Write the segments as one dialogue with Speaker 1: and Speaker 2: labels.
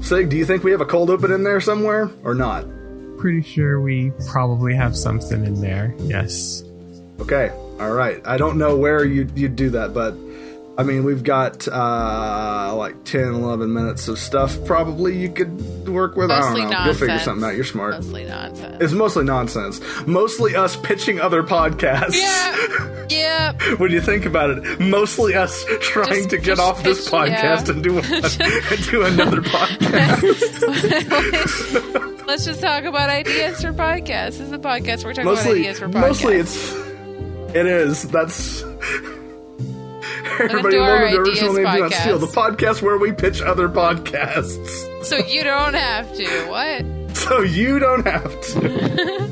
Speaker 1: Sig, do you think we have a cold open in there somewhere or not?
Speaker 2: Pretty sure we probably have something in there. Yes.
Speaker 1: Okay. All right. I don't know where you you'd do that, but I mean, we've got uh, like 10, 11 minutes of stuff probably you could work with.
Speaker 3: Mostly
Speaker 1: I don't know.
Speaker 3: nonsense.
Speaker 1: You'll figure something out. You're smart.
Speaker 3: Mostly nonsense.
Speaker 1: It's mostly nonsense. Mostly us pitching other podcasts.
Speaker 3: yeah. yeah.
Speaker 1: when you think about it, mostly us trying
Speaker 3: Just
Speaker 1: to get
Speaker 3: pitch-
Speaker 1: off this
Speaker 3: pitch-
Speaker 1: podcast
Speaker 3: yeah.
Speaker 1: and do, and do another podcast.
Speaker 3: Let's just talk about ideas for podcasts. This is the podcast we're talking about
Speaker 1: mostly,
Speaker 3: ideas for podcasts.
Speaker 1: mostly it's it is. That's everybody
Speaker 3: do our
Speaker 1: wanted the original name.
Speaker 3: ideas
Speaker 1: Do not
Speaker 3: podcast.
Speaker 1: steal the podcast where we pitch other podcasts.
Speaker 3: so you don't have to. What?
Speaker 1: so you don't have to.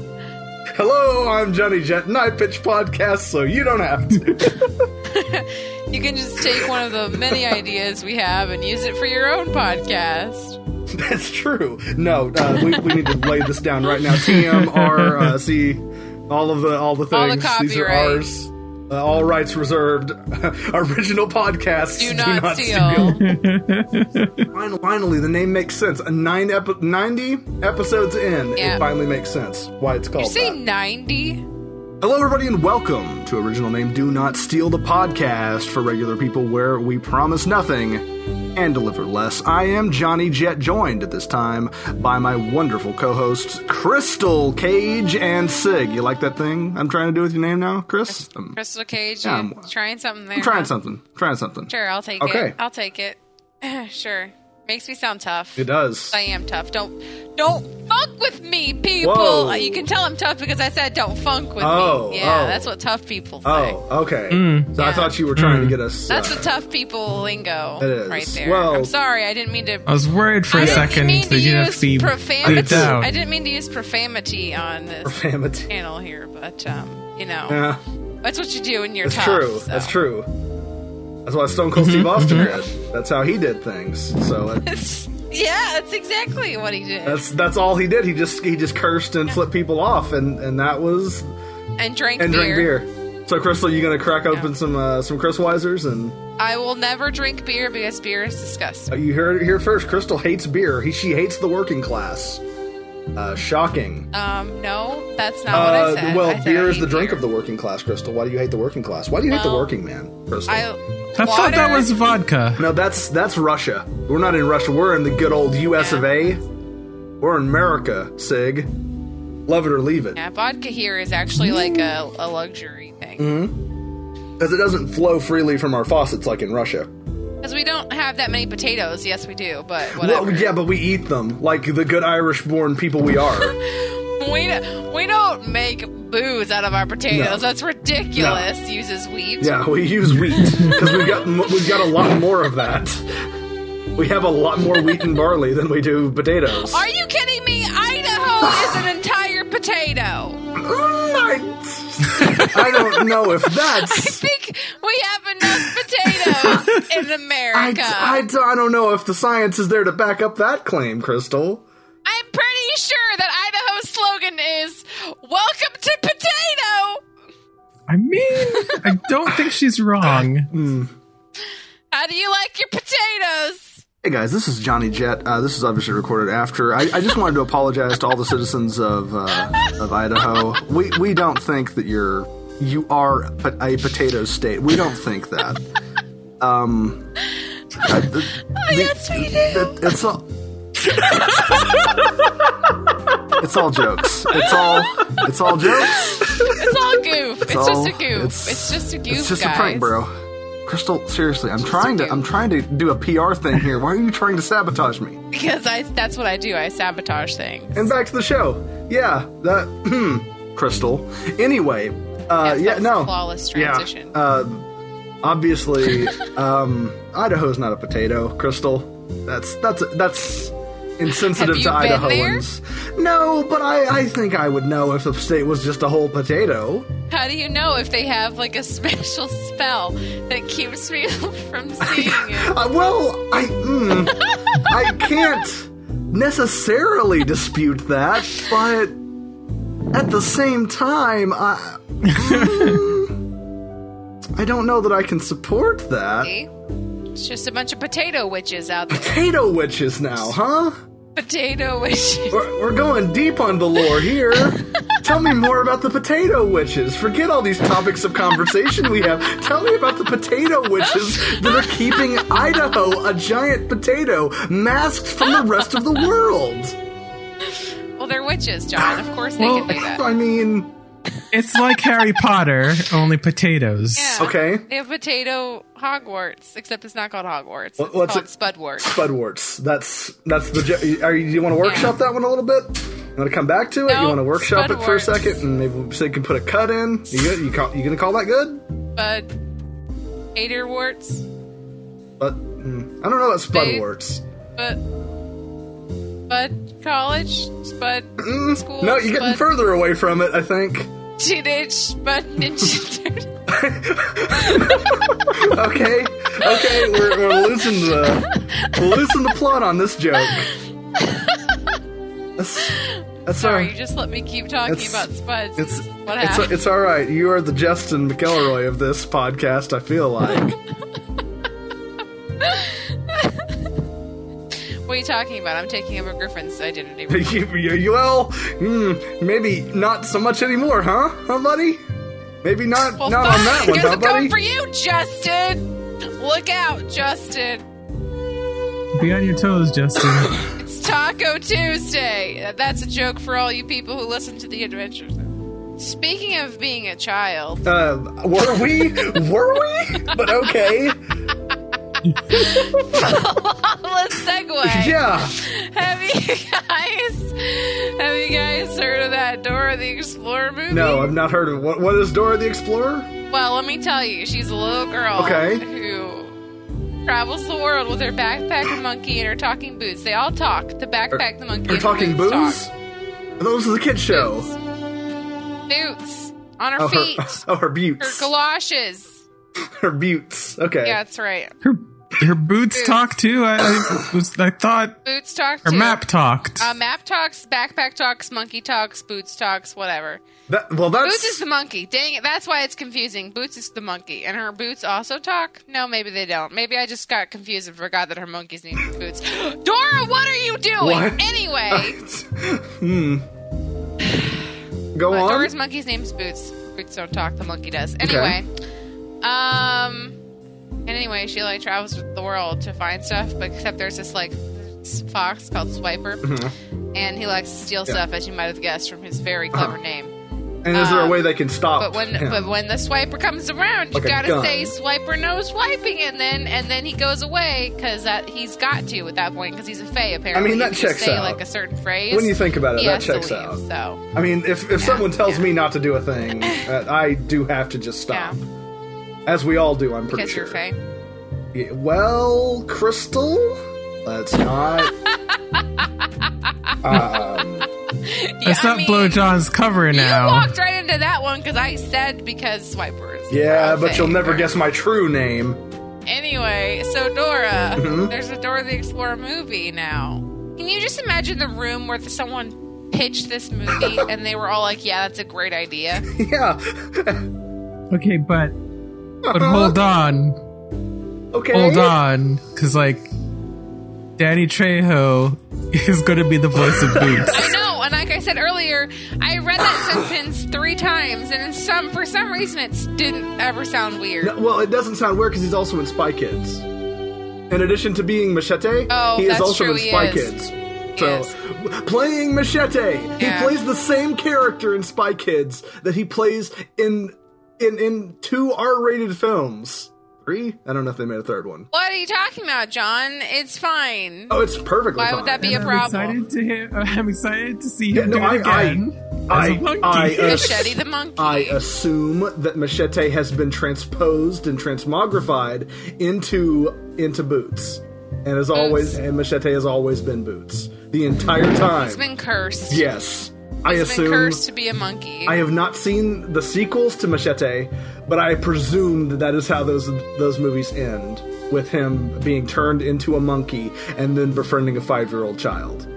Speaker 1: Hello, I'm Johnny Jett, and I pitch podcasts, so you don't have to.
Speaker 3: You can just take one of the many ideas we have and use it for your own podcast.
Speaker 1: That's true. No, uh, we, we need to lay this down right now. TM, R, uh, C, all of the all the
Speaker 3: All the
Speaker 1: things. These are
Speaker 3: copyright.
Speaker 1: ours. Uh, all rights reserved. Original podcasts.
Speaker 3: Do not, steal.
Speaker 1: Fin- Finally, the name makes sense. A Nine epi- 90 episodes in,
Speaker 3: Yeah.
Speaker 1: it finally makes sense why it's called
Speaker 3: You say
Speaker 1: that.
Speaker 3: 90?
Speaker 1: Hello, everybody, and welcome to Original Name Do Not Steal the podcast for regular people where we promise nothing and deliver less. I am Johnny Jet, joined at this time by my wonderful co hosts, Crystal, Cage, and Sig. You like that thing I'm trying to do with your name now, Chris? I'm,
Speaker 3: Crystal Cage,
Speaker 1: Yeah,
Speaker 3: you
Speaker 1: I'm-
Speaker 3: trying something there.
Speaker 1: I'm trying
Speaker 3: huh?
Speaker 1: something. trying something.
Speaker 3: Sure, I'll take
Speaker 1: Okay.
Speaker 3: it. I'll take it. sure. Makes me sound tough.
Speaker 1: It does.
Speaker 3: I am tough. Don't don't funk with me, people.
Speaker 1: Whoa.
Speaker 3: Uh, You can tell I'm tough because I said don't funk with
Speaker 1: Oh,
Speaker 3: me. Yeah,
Speaker 1: oh.
Speaker 3: that's what tough people say.
Speaker 1: Oh, okay. So I
Speaker 3: Yeah.
Speaker 1: thought you were trying to get us.
Speaker 3: That's
Speaker 1: uh,
Speaker 3: the tough people lingo
Speaker 1: It is.
Speaker 3: right there.
Speaker 1: Well-
Speaker 3: I'm sorry, I didn't mean to
Speaker 2: I was worried Uh, for
Speaker 3: I
Speaker 2: a
Speaker 3: didn't
Speaker 2: second
Speaker 3: mean
Speaker 2: that
Speaker 3: to
Speaker 2: you'd have to be
Speaker 3: use
Speaker 2: bleeped
Speaker 3: profanity.
Speaker 2: out.
Speaker 3: I didn't mean to use profanity on this
Speaker 1: profanity.
Speaker 3: channel here, but um, you know,
Speaker 1: Yeah,
Speaker 3: that's what you do when you're
Speaker 1: that's
Speaker 3: tough.
Speaker 1: true.
Speaker 3: so.
Speaker 1: That's true. That's why Stone Cold Steve Austin did. That's how he did things. So it,
Speaker 3: It's- yeah, that's exactly what he did.
Speaker 1: That's that's all he did. He just he just cursed and flipped people off, and and that was
Speaker 3: and drank
Speaker 1: and
Speaker 3: beer.
Speaker 1: drink beer. So Crystal, you gonna crack open some uh, some Chris Weisers, and
Speaker 3: I will never drink beer because beer is
Speaker 1: uh,
Speaker 3: disgusting.
Speaker 1: you heard it here first. Crystal hates beer. He she hates the working class. Uh, shocking.
Speaker 3: Um, no, that's not
Speaker 1: Uh,
Speaker 3: Oh, what I said.
Speaker 1: well,
Speaker 3: I said
Speaker 1: beer
Speaker 3: I
Speaker 1: is the
Speaker 3: hate
Speaker 1: drink
Speaker 3: beer.
Speaker 1: of the working class, Crystal. Why do you hate the working class? Why do you hate the
Speaker 3: Well,
Speaker 1: working man, Crystal?
Speaker 3: I,
Speaker 2: I thought that
Speaker 3: water-
Speaker 2: was vodka.
Speaker 1: no, that's that's Russia. We're not in Russia. We're in the good old U.S.
Speaker 3: Yeah.
Speaker 1: of A. We're in America, Sig. Love it or leave it.
Speaker 3: Yeah, vodka here is actually like a, a luxury thing.
Speaker 1: Mm-hmm. because it doesn't flow freely from our faucets like in Russia.
Speaker 3: Because we don't have that many potatoes. Yes, we do, but whatever.
Speaker 1: Well, yeah, but we eat them like the good Irish-born people we are.
Speaker 3: We, don't- we don't make booze out of our potatoes.
Speaker 1: No.
Speaker 3: That's ridiculous. Uses wheat.
Speaker 1: yeah, we use wheat because we've got m- we've got a lot more of that. We have a lot more wheat and barley than we do potatoes.
Speaker 3: Are you kidding me? Idaho is an entire potato.
Speaker 1: Mm, I, I don't know if
Speaker 3: I
Speaker 1: that's.
Speaker 3: think we have enough potatoes in
Speaker 1: I,
Speaker 3: America.
Speaker 1: I, I don't know if the science is there to back up that claim, Crystal.
Speaker 3: I'm pretty sure that Idaho's slogan is "Welcome to Potato."
Speaker 2: I mean, I don't think she's wrong.
Speaker 3: How do you like your potatoes?
Speaker 1: Hey guys, this is Johnny Jet. Uh, this is obviously recorded after. I, I just wanted to apologize to all the citizens of uh, of Idaho. We we don't think that you're you are po- a potato state. We don't think that. Um, I- th-
Speaker 3: Oh, Yes, we do.
Speaker 1: it- it's all it's all jokes. It's all it's all jokes.
Speaker 3: It's all goof. It's,
Speaker 1: all-
Speaker 3: just a goof.
Speaker 1: it's-
Speaker 3: It's, just a goof,
Speaker 1: It's just
Speaker 3: guys.
Speaker 1: a prank, bro. Crystal, seriously, I'm trying to I'm trying to do a PR thing here. Why are you trying to sabotage me?
Speaker 3: Because I, that's what I do. I sabotage things.
Speaker 1: And back to the show. Yeah, that hmm, Crystal. Anyway, uh, yeah,
Speaker 3: Yes, that was a
Speaker 1: no,
Speaker 3: flawless transition.
Speaker 1: Yeah, uh, obviously, um, Idaho's not a potato, Crystal. That's that's that's insensitive
Speaker 3: Have
Speaker 1: to
Speaker 3: you been
Speaker 1: Idahoans. No, but I I think I would know if the state was just a whole potato.
Speaker 3: How do you know if they have like a special spell that keeps me from seeing it?
Speaker 1: Uh, well, I mm, I can't necessarily dispute that, but at the same time, I hmm, mm, I don't know that I can support that.
Speaker 3: See? It's just a bunch of potato witches out there.
Speaker 1: Potato witches now, huh?
Speaker 3: potato witches.
Speaker 1: We're, we're going deep on the lore here. Tell me more about the potato witches. Forget all these topics of conversation we have. Tell me about the potato witches that are keeping Idaho, a giant potato, masked from the rest of the world.
Speaker 3: Well, they're witches, John. Of course they
Speaker 2: Well,
Speaker 3: can do that.
Speaker 1: I mean,
Speaker 2: It's like Harry Potter, only potatoes.
Speaker 3: Yeah.
Speaker 1: okay.
Speaker 3: They have potato Hogwarts, except it's not called Hogwarts. It's
Speaker 1: What- what's
Speaker 3: called
Speaker 1: it-
Speaker 3: Spudwart.
Speaker 1: Budwarts. That's that's the. ge- Are you, do you want to workshop that one a little bit? You want to come back to it? you
Speaker 3: No,
Speaker 1: want to workshop it for a
Speaker 3: Spudwarts.
Speaker 1: second, and maybe we so you can put a cut in. You good? You, call, you gonna call that good?
Speaker 3: Spud. Haterwarts.
Speaker 1: But mm, I don't know about Spudwarts.
Speaker 3: But. Spud College. Spud School.
Speaker 1: No, you're getting
Speaker 3: Spud
Speaker 1: further away from it. I think.
Speaker 3: Teenage Spud Ninja Turtle.
Speaker 1: Okay, okay, we're, we're losing the we're losing the plot on this joke. That's, that's
Speaker 3: Sorry,
Speaker 1: our-
Speaker 3: you just let me keep talking
Speaker 1: It's-
Speaker 3: about Spuds.
Speaker 1: It's
Speaker 3: what
Speaker 1: it's
Speaker 3: happened?
Speaker 1: it's all right. You are the Justin McElroy of this podcast. I feel like.
Speaker 3: what are you talking about? I'm taking over Griffin's identity.
Speaker 1: You- you- you- well, hmm, maybe not so much anymore, huh? Huh, buddy? Maybe not
Speaker 3: Well,
Speaker 1: not
Speaker 3: fine.
Speaker 1: on that one,
Speaker 3: Guess
Speaker 1: huh,
Speaker 3: I'm
Speaker 1: buddy?
Speaker 3: coming for you, Justin. Look out, Justin.
Speaker 2: Be on your toes, Justin.
Speaker 3: It's Taco Tuesday. Uh, That's a joke for all you people who listen to the adventures. Speaking of being a child,
Speaker 1: Uh, were we? were we? But okay.
Speaker 3: let's segue.
Speaker 1: Yeah.
Speaker 3: Have you guys have you guys heard of that Dora the Explorer movie?
Speaker 1: No, I've not heard of it. What, what is Dora the Explorer?
Speaker 3: Well, let me tell you, she's a little girl
Speaker 1: Okay.
Speaker 3: who travels the world with her backpack, and monkey, and her talking boots. They all talk. The backpack, the monkey,
Speaker 1: We're
Speaker 3: and
Speaker 1: talking
Speaker 3: the
Speaker 1: booze?
Speaker 3: boots
Speaker 1: Those are the kid show.
Speaker 3: talk. Boots on her
Speaker 1: Oh,
Speaker 3: feet,
Speaker 1: her, oh, her
Speaker 3: her
Speaker 1: buttes.
Speaker 3: galoshes.
Speaker 1: Her buttes. Okay.
Speaker 3: Yeah, that's right.
Speaker 2: Her, her boots talk too. I, I was I thought
Speaker 3: Boots talk.
Speaker 2: her
Speaker 3: too.
Speaker 2: map talked.
Speaker 3: Uh, map talks, backpack talks, monkey talks, boots talks, whatever.
Speaker 1: That, well, that's.
Speaker 3: Boots is the monkey. Dang it, that's why it's confusing. Boots is the monkey, and her boots also talk. No, maybe they don't. Maybe I just got confused and forgot that her monkey's name is Boots. Dora, what are you doing?
Speaker 1: What?
Speaker 3: Anyway,
Speaker 1: hmm. Go
Speaker 3: but
Speaker 1: on.
Speaker 3: Dora's monkey's name's Boots. Boots don't talk. The monkey does. Anyway, um, and anyway, she like travels the world to find stuff, but except there's this like s- fox called Swiper, and he likes to steal
Speaker 1: Mm-hmm. Yeah. Uh-huh.
Speaker 3: stuff, as you might have guessed from his very clever name.
Speaker 1: and is there a
Speaker 3: um,
Speaker 1: way they can stop?
Speaker 3: But when
Speaker 1: him?
Speaker 3: but when the swiper comes around, you
Speaker 1: Oh, Like a
Speaker 3: gotta
Speaker 1: gun.
Speaker 3: say swiper no swiping, and then and then he goes away because that he's got to at that point because he's a fae apparently.
Speaker 1: I mean, that
Speaker 3: You just
Speaker 1: checks
Speaker 3: say
Speaker 1: out.
Speaker 3: like a certain phrase.
Speaker 1: When you think about it,
Speaker 3: he
Speaker 1: that
Speaker 3: has to
Speaker 1: checks
Speaker 3: leave,
Speaker 1: out.
Speaker 3: So
Speaker 1: I mean, if, if someone tells
Speaker 3: yeah.
Speaker 1: me not to do a thing, uh, I do have to just stop. As we all do, I'm pretty
Speaker 3: because
Speaker 1: sure.
Speaker 3: you're fae.
Speaker 1: Yeah, well, Crystal, let's not. um,
Speaker 2: That's not Blow John's cover
Speaker 3: You
Speaker 2: now.
Speaker 3: walked right into that one because I said because swipers.
Speaker 1: yeah, but you'll never guess my true name.
Speaker 3: Anyway, so Dora,
Speaker 1: Mm-hmm.
Speaker 3: there's a Dora the Explorer movie now. Can you just imagine the room where someone pitched this movie and they were all like, "Yeah, that's a great idea."
Speaker 1: Yeah.
Speaker 2: Okay, but but hold on,
Speaker 1: Okay.
Speaker 2: hold on, because like Danny Trejo is going to be the voice of Boots.
Speaker 3: I know, and like I said earlier, I read that sentence three times, and in some for some reason it didn't ever sound weird.
Speaker 1: No, well, it doesn't sound weird because he's also in Spy Kids. In addition to being Machete,
Speaker 3: Oh,
Speaker 1: he is
Speaker 3: that's
Speaker 1: also
Speaker 3: true,
Speaker 1: in
Speaker 3: he
Speaker 1: Spy
Speaker 3: is.
Speaker 1: Kids. So,
Speaker 3: is.
Speaker 1: w- playing Machete,
Speaker 3: Yeah.
Speaker 1: he plays the same character in Spy Kids that he plays in in in two R-rated films. Three? I don't know if they made a third one.
Speaker 3: What are you talking about, John? It's fine.
Speaker 1: Oh, it's perfectly
Speaker 3: Why
Speaker 1: fine.
Speaker 3: would that be a
Speaker 2: I'm
Speaker 3: problem?
Speaker 2: excited to hear. I'm excited to see
Speaker 1: Yeah,
Speaker 2: him
Speaker 1: no,
Speaker 2: do it
Speaker 1: I- I- I-
Speaker 2: again. as a monkey.
Speaker 1: I, uh,
Speaker 3: Machete the monkey.
Speaker 1: I assume that Machete has been transposed and transmogrified into into Boots, and as always, and Machete has always been Boots the entire time.
Speaker 3: He's been cursed.
Speaker 1: yes, I
Speaker 3: He's been
Speaker 1: assume.
Speaker 3: cursed to be a monkey.
Speaker 1: I have not seen the sequels to Machete, but I presume that that is how those those movies end, with him being turned into a monkey and then befriending a five year old child.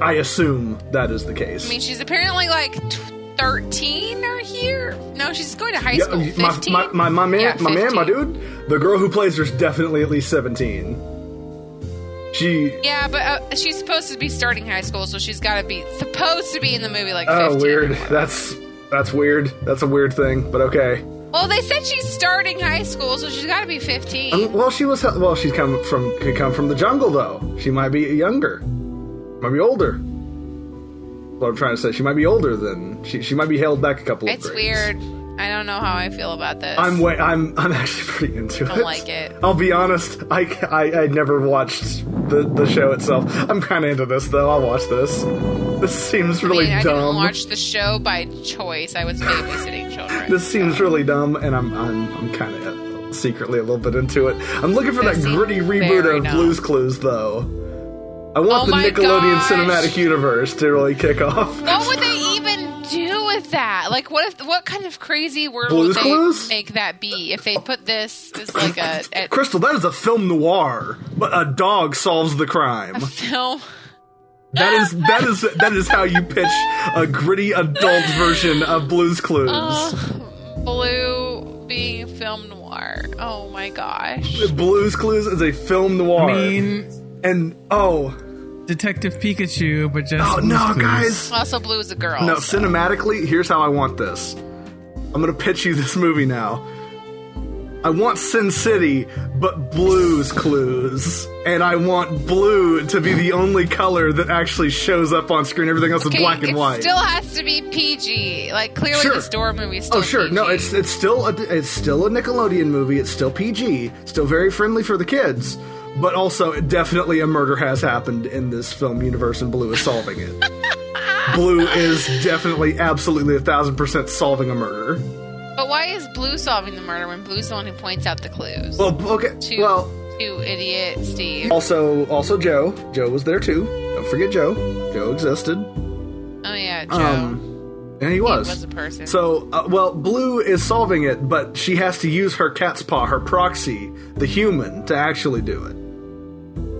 Speaker 1: I assume that is the case.
Speaker 3: I mean, she's apparently like t- 13 are here? No, she's going to high
Speaker 1: Yeah,
Speaker 3: school.
Speaker 1: my,
Speaker 3: 15?
Speaker 1: my, my, my man,
Speaker 3: Yeah,
Speaker 1: my man, my
Speaker 3: 15.
Speaker 1: dude. The girl who plays her's definitely at least seventeen. She.
Speaker 3: Yeah, but uh, she's supposed to be starting high school, so she's got to be supposed to be in the movie like 15.
Speaker 1: Oh, weird. That's that's weird. That's a weird thing. But okay.
Speaker 3: Well, they said she's starting high school, so she's got to be 15.
Speaker 1: Um, well, she was. Well, she's come from. Could come from the jungle though. She might be younger. Might be older. What I'm trying to say. She might be older than. She she might be held back a couple. of
Speaker 3: it's
Speaker 1: grades.
Speaker 3: weird. I don't know how I feel about this.
Speaker 1: I'm way, I'm I'm actually pretty into
Speaker 3: Don't
Speaker 1: it.
Speaker 3: like it.
Speaker 1: I'll be honest. I I, I never watched the the show itself. I'm kind of into this though. I'll watch this. This seems
Speaker 3: I
Speaker 1: really
Speaker 3: mean, I didn't
Speaker 1: dumb.
Speaker 3: watch the show by choice. I was babysitting children.
Speaker 1: this seems really dumb, and I'm I'm I'm kind of secretly a little bit into it. I'm looking for
Speaker 3: This
Speaker 1: that
Speaker 3: seems
Speaker 1: gritty reboot
Speaker 3: very
Speaker 1: of
Speaker 3: dumb.
Speaker 1: Blues Clues though. I want
Speaker 3: Oh
Speaker 1: the
Speaker 3: my
Speaker 1: Nickelodeon
Speaker 3: gosh.
Speaker 1: cinematic universe to really kick off.
Speaker 3: what would they even do with that? Like, what if what kind of crazy world
Speaker 1: Blue's
Speaker 3: would they
Speaker 1: Clues?
Speaker 3: make that be if they put this as like a, a
Speaker 1: Crystal, that is a film noir, but a dog solves the crime.
Speaker 3: film?
Speaker 1: That is that is that is how you pitch a gritty adult version of Blue's Clues.
Speaker 3: Blue being film noir. Oh my gosh.
Speaker 1: Blue's Clues is a film noir,
Speaker 2: I mean,
Speaker 1: and oh,
Speaker 2: Detective Pikachu, but just
Speaker 1: oh
Speaker 2: Blue's
Speaker 1: no,
Speaker 2: Clues.
Speaker 1: guys,
Speaker 3: Also, Blue is a girl.
Speaker 1: no.
Speaker 3: so-
Speaker 1: Cinematically, here's how I want this. I'm gonna pitch you this movie now. I want Sin City, but Blue's Clues, and I want blue to be the only color that actually shows up on screen. Everything else is
Speaker 3: Okay,
Speaker 1: black
Speaker 3: it
Speaker 1: and white.
Speaker 3: still has to be PG. Like clearly,
Speaker 1: Sure.
Speaker 3: this door movie is still.
Speaker 1: Oh sure, no,
Speaker 3: PG.
Speaker 1: it's it's still a it's still a Nickelodeon movie. It's still PG, still very friendly for the kids, but also definitely a murder has happened in this film universe, and Blue is solving it. Blue is definitely, absolutely, a thousand percent solving a murder.
Speaker 3: But why is Blue solving the murder when Blue's the one who points out the clues?
Speaker 1: Well, b- okay,
Speaker 3: two,
Speaker 1: well,
Speaker 3: two idiot Steve.
Speaker 1: also also Joe, Joe was there too. Don't forget Joe. Joe existed.
Speaker 3: Oh yeah, Joe.
Speaker 1: Um, and he
Speaker 3: he
Speaker 1: was.
Speaker 3: was a person.
Speaker 1: So, uh, well, Blue is solving it, but she has to use her cat's paw, her proxy, the human, to actually do it.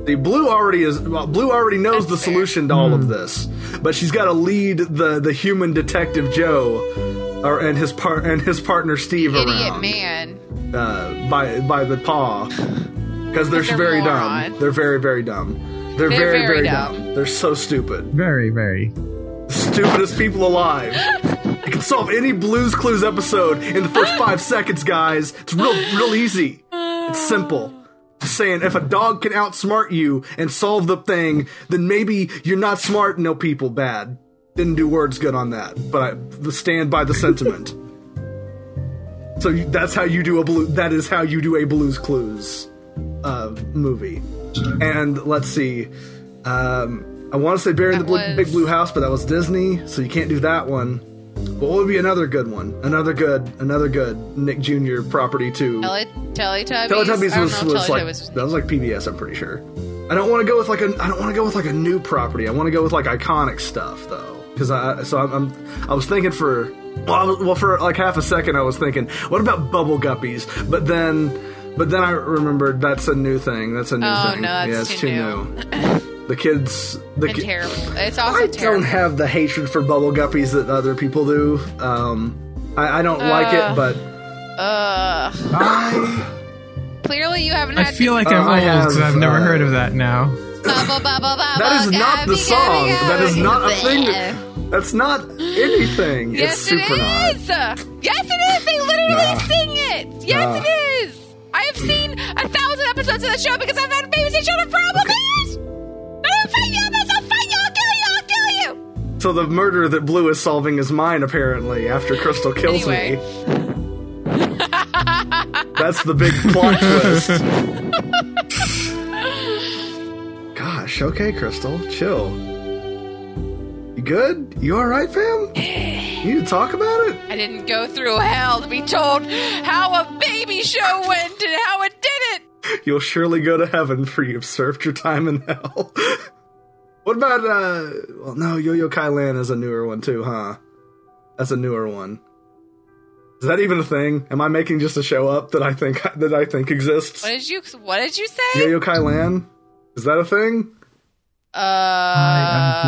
Speaker 1: The Blue already is well, Blue already knows
Speaker 3: That's
Speaker 1: the
Speaker 3: fair.
Speaker 1: solution to all of this, but she's got to lead the the human detective Joe, or and his par- and his partner Steve
Speaker 3: idiot
Speaker 1: around
Speaker 3: man.
Speaker 1: Uh, by by the paw because they're,
Speaker 3: They're
Speaker 1: very
Speaker 3: moron.
Speaker 1: dumb. They're very very dumb. They're, very very, dumb. They're so stupid.
Speaker 2: Very, very.
Speaker 1: Stupidest people alive. I can solve any Blues Clues episode in the first five seconds, guys. It's real, real easy. It's simple. Just saying, if a dog can outsmart you and solve the thing, then maybe you're not smart. No people bad. Didn't do words good on that, but I stand by the sentiment. so you, that's how you do a blue. That is how you do a Blues Clues uh, movie. And let's see. Um, I want to say Barry in the
Speaker 3: That
Speaker 1: Blue,
Speaker 3: was-
Speaker 1: Big Blue House, but that was Disney, so you can't do that one. But what would be another good one? Another good, another good Nick Jr. property too.
Speaker 3: Tele- Teletubbies. I
Speaker 1: Teletubbies
Speaker 3: don't
Speaker 1: was,
Speaker 3: know if
Speaker 1: was like
Speaker 3: Teletubbies
Speaker 1: that was like PBS, I'm pretty sure. I don't want to go with like a I don't want to go with like a new property. I want to go with like iconic stuff though, because I so I'm, I'm I was thinking for well, I was, well for like half a second I was thinking what about Bubble Guppies, but then but then I remembered that's a new thing. That's a new
Speaker 3: Oh,
Speaker 1: thing.
Speaker 3: no, that's
Speaker 1: yeah, it's
Speaker 3: too
Speaker 1: too new. the kids the
Speaker 3: been
Speaker 1: ki-
Speaker 3: terrible. It's also
Speaker 1: I
Speaker 3: terrible.
Speaker 1: don't have the hatred for Bubble Guppies that other people do. Um, I, I don't like it,
Speaker 3: Ugh.
Speaker 1: but
Speaker 3: Ugh.
Speaker 1: I
Speaker 3: Clearly, you haven't
Speaker 2: I
Speaker 3: had.
Speaker 2: feel like
Speaker 1: Uh,
Speaker 2: I'm
Speaker 1: I
Speaker 2: old because
Speaker 1: have,
Speaker 2: I've never
Speaker 1: uh,
Speaker 2: heard of that now.
Speaker 3: bubble, bubble, bubble,
Speaker 1: That is not the
Speaker 3: gubby,
Speaker 1: song.
Speaker 3: gubby,
Speaker 1: That is
Speaker 3: gubby.
Speaker 1: not a thing. that- That's not anything. it's
Speaker 3: Yes, it
Speaker 1: super not.
Speaker 3: is. Yes, it is. They literally
Speaker 1: Nah.
Speaker 3: sing it. Yes,
Speaker 1: Nah.
Speaker 3: it is. I have seen a thousand episodes of the show because I've had babies and children for almost years. I'll fight you. I'll fight you. I'll kill you. I'll kill you.
Speaker 1: So the murder that Blue is solving is mine, apparently, after Crystal kills me. That's the big plot twist. Gosh, okay, Crystal, chill. You good? You alright, fam? You need to talk about it?
Speaker 3: I didn't go through hell to be told how a baby show went and how it did it.
Speaker 1: You'll surely go to heaven, for you've served your time in hell. what about uh well no, Yo Yo Kai Lan is a newer one too, huh? That's a newer one. Is that even a thing? Am I making just a show up that I think that I think exists?
Speaker 3: What did you? What did you
Speaker 1: Yo
Speaker 3: say?
Speaker 1: Yo Kai Lan? Is that a thing?
Speaker 3: Uh,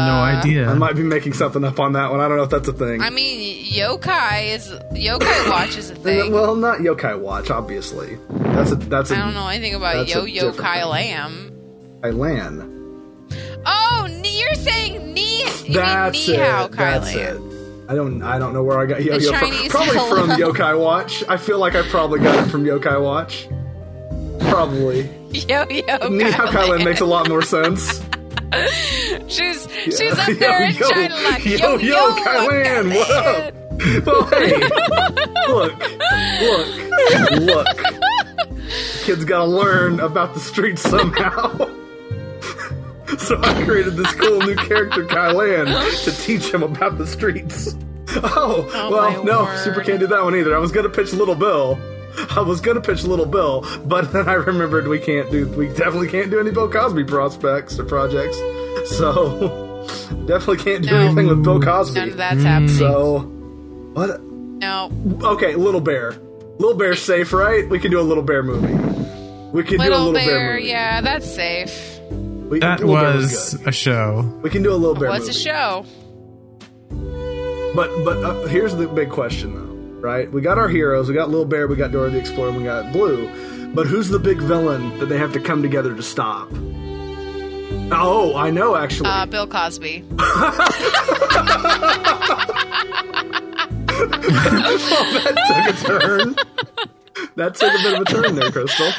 Speaker 2: no idea.
Speaker 1: I might be making something up on that one. I don't know if that's a thing.
Speaker 3: I mean, yokai is yokai watch is a thing.
Speaker 1: Well, not yokai watch, obviously. That's a that's a
Speaker 3: I don't know anything about
Speaker 1: That's a
Speaker 3: yo
Speaker 1: different
Speaker 3: yokai
Speaker 1: thing.
Speaker 3: lamb.
Speaker 1: Lan.
Speaker 3: Oh, ni- you're saying ni? You
Speaker 1: That's
Speaker 3: mean
Speaker 1: it.
Speaker 3: ni hao kai
Speaker 1: That's
Speaker 3: lamb?
Speaker 1: it. I don't I don't know where I got yo yo from.
Speaker 3: Chinese
Speaker 1: Probably from
Speaker 3: hello.
Speaker 1: Yokai Watch. I feel like I probably got it from Yokai Watch. Probably.
Speaker 3: Yo yo
Speaker 1: Ni Hao Kai Lan makes a lot more sense.
Speaker 3: She's she's up there in China like
Speaker 1: yo, yo, yo Kai Lan, what up? Well, hey, look, look, look. Kids gotta learn about the streets somehow. so I created this cool new character, Kai Lan, to teach him about the streets. Oh,
Speaker 3: Oh, my
Speaker 1: well, no,
Speaker 3: word.
Speaker 1: Super can't do that one either. I was gonna pitch Little Bill. I was gonna pitch Little Bill, but then I remembered we can't do, we definitely can't do any Bill Cosby prospects or projects. So definitely can't do
Speaker 3: No.
Speaker 1: anything with Bill Cosby.
Speaker 3: None of that's happening.
Speaker 1: So, what?
Speaker 3: no.
Speaker 1: Okay, Little Bear. Little Bear's safe, right? We can do a Little Bear movie. We can do a
Speaker 3: Little
Speaker 1: Little
Speaker 3: Bear,
Speaker 1: Bear, movie.
Speaker 3: yeah, that's safe.
Speaker 1: We,
Speaker 2: That
Speaker 1: Little Bear
Speaker 2: was
Speaker 1: good.
Speaker 2: a show.
Speaker 1: We can do a Little Bear
Speaker 3: What's
Speaker 1: movie.
Speaker 3: a show?
Speaker 1: But but uh, here's the big question though, right? We got our heroes. We got Little Bear. We got Dora the Explorer. and We got Blue. But who's the big villain that they have to come together to stop? Oh, I know actually.
Speaker 3: Uh, Bill Cosby.
Speaker 1: Oh, that took a turn. That took a bit of a turn there, Crystal.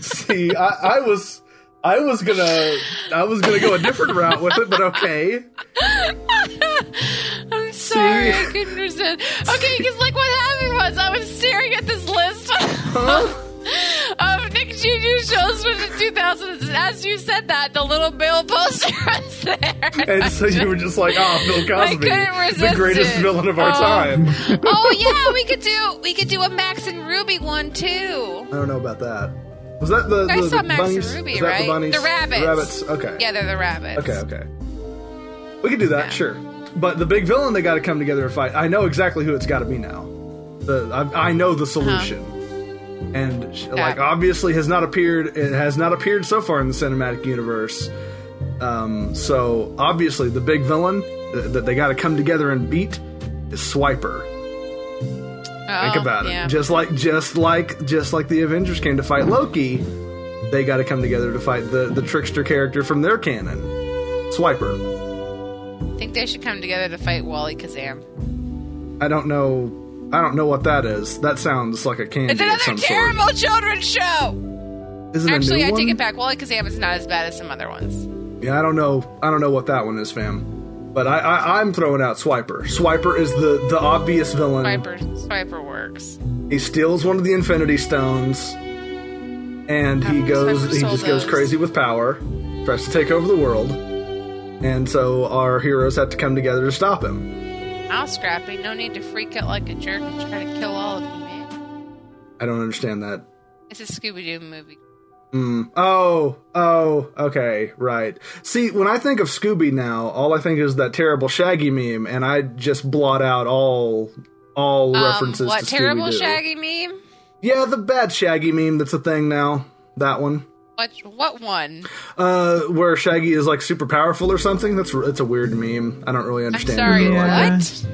Speaker 1: See, I, I was, I was gonna, I was gonna go a different route with it, but okay.
Speaker 3: I'm sorry, I couldn't resist. Okay, because like what happened was I was staring at this list of Nick Jr. shows from the 2000s, and as you said that, the little Bill poster was there.
Speaker 1: And so you were just like, oh, Bill
Speaker 3: I
Speaker 1: Cosby,
Speaker 3: couldn't
Speaker 1: the
Speaker 3: resist
Speaker 1: greatest
Speaker 3: it.
Speaker 1: villain of our
Speaker 3: Um,
Speaker 1: time.
Speaker 3: oh yeah, we could do we could do a Max and Ruby one too.
Speaker 1: I don't know about that. Was that the,
Speaker 3: I
Speaker 1: the,
Speaker 3: saw
Speaker 1: the
Speaker 3: Max and
Speaker 1: bunnies?
Speaker 3: Ruby,
Speaker 1: Is that
Speaker 3: right?
Speaker 1: The bunnies,
Speaker 3: The rabbits.
Speaker 1: rabbits. Okay.
Speaker 3: Yeah, they're the rabbits.
Speaker 1: Okay, okay. We can do that,
Speaker 3: Yeah.
Speaker 1: sure. But the big villain they got to come together and fight. I know exactly who it's got to be now. The I, I know the solution, and sh like obviously has not appeared. It has not appeared so far in the cinematic universe. Um, so obviously the big villain th- that they got to come together and beat is Swiper. Think
Speaker 3: Oh,
Speaker 1: about it.
Speaker 3: yeah.
Speaker 1: Just like just like just like the Avengers came to fight Loki, they got to come together to fight the the trickster character from their canon, Swiper.
Speaker 3: I think they should come together to fight Wally Kazam.
Speaker 1: I don't know. I don't know what that is. That sounds like a candy
Speaker 3: It's
Speaker 1: of
Speaker 3: another
Speaker 1: some
Speaker 3: terrible children's show.
Speaker 1: sort. Is it
Speaker 3: Actually,
Speaker 1: a
Speaker 3: I
Speaker 1: new
Speaker 3: take
Speaker 1: one?
Speaker 3: it back. Wally Kazam is not as bad as some other ones.
Speaker 1: Yeah, I don't know. I don't know what that one is, fam. But I, I I'm throwing out Swiper. Swiper is the the obvious villain.
Speaker 3: Swiper, Swiper works.
Speaker 1: He steals one of the Infinity Stones, and he
Speaker 3: How
Speaker 1: goes.
Speaker 3: much
Speaker 1: He
Speaker 3: time
Speaker 1: just
Speaker 3: for
Speaker 1: goes
Speaker 3: solos?
Speaker 1: crazy with power, tries to take over the world, and so our heroes have to come together to stop him.
Speaker 3: Now, Scrappy, no need to freak out like a jerk and try to kill all of you, man.
Speaker 1: I don't understand that.
Speaker 3: It's a Scooby Doo movie.
Speaker 1: Mm. Oh, oh, okay, right. See, when I think of Scooby now, all I think is that terrible Shaggy meme, and I just blot out all all references
Speaker 3: um, what
Speaker 1: to
Speaker 3: terrible
Speaker 1: Scooby-Doo.
Speaker 3: Shaggy meme?
Speaker 1: Yeah, the bad Shaggy meme that's a thing now. That one.
Speaker 3: What what one?
Speaker 1: Uh, where Shaggy is like super powerful or something. That's it's a weird meme. I don't really
Speaker 3: I'm
Speaker 1: understand.
Speaker 3: sorry,
Speaker 1: it.
Speaker 2: Yeah.
Speaker 3: what?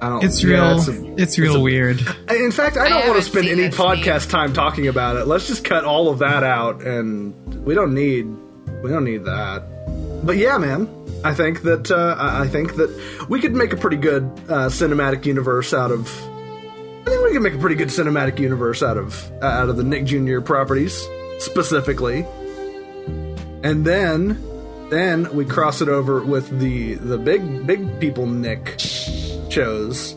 Speaker 1: I don't.
Speaker 2: It's
Speaker 1: yeah,
Speaker 2: real.
Speaker 1: it's
Speaker 2: it's,
Speaker 1: a-
Speaker 2: real weird.
Speaker 1: in fact, I
Speaker 3: I
Speaker 1: don't want to
Speaker 3: haven't
Speaker 1: spend
Speaker 3: seen
Speaker 1: any
Speaker 3: this meme.
Speaker 1: podcast time talking about it. Let's just cut all of that out, and we don't need we don't need that. But yeah, man, I think that uh, I I think that we could make a pretty good uh, cinematic universe out of. I think we could make a pretty good cinematic universe out of uh, out of the Nick Jr. properties specifically, and then then we cross it over with the the big big people Nick shows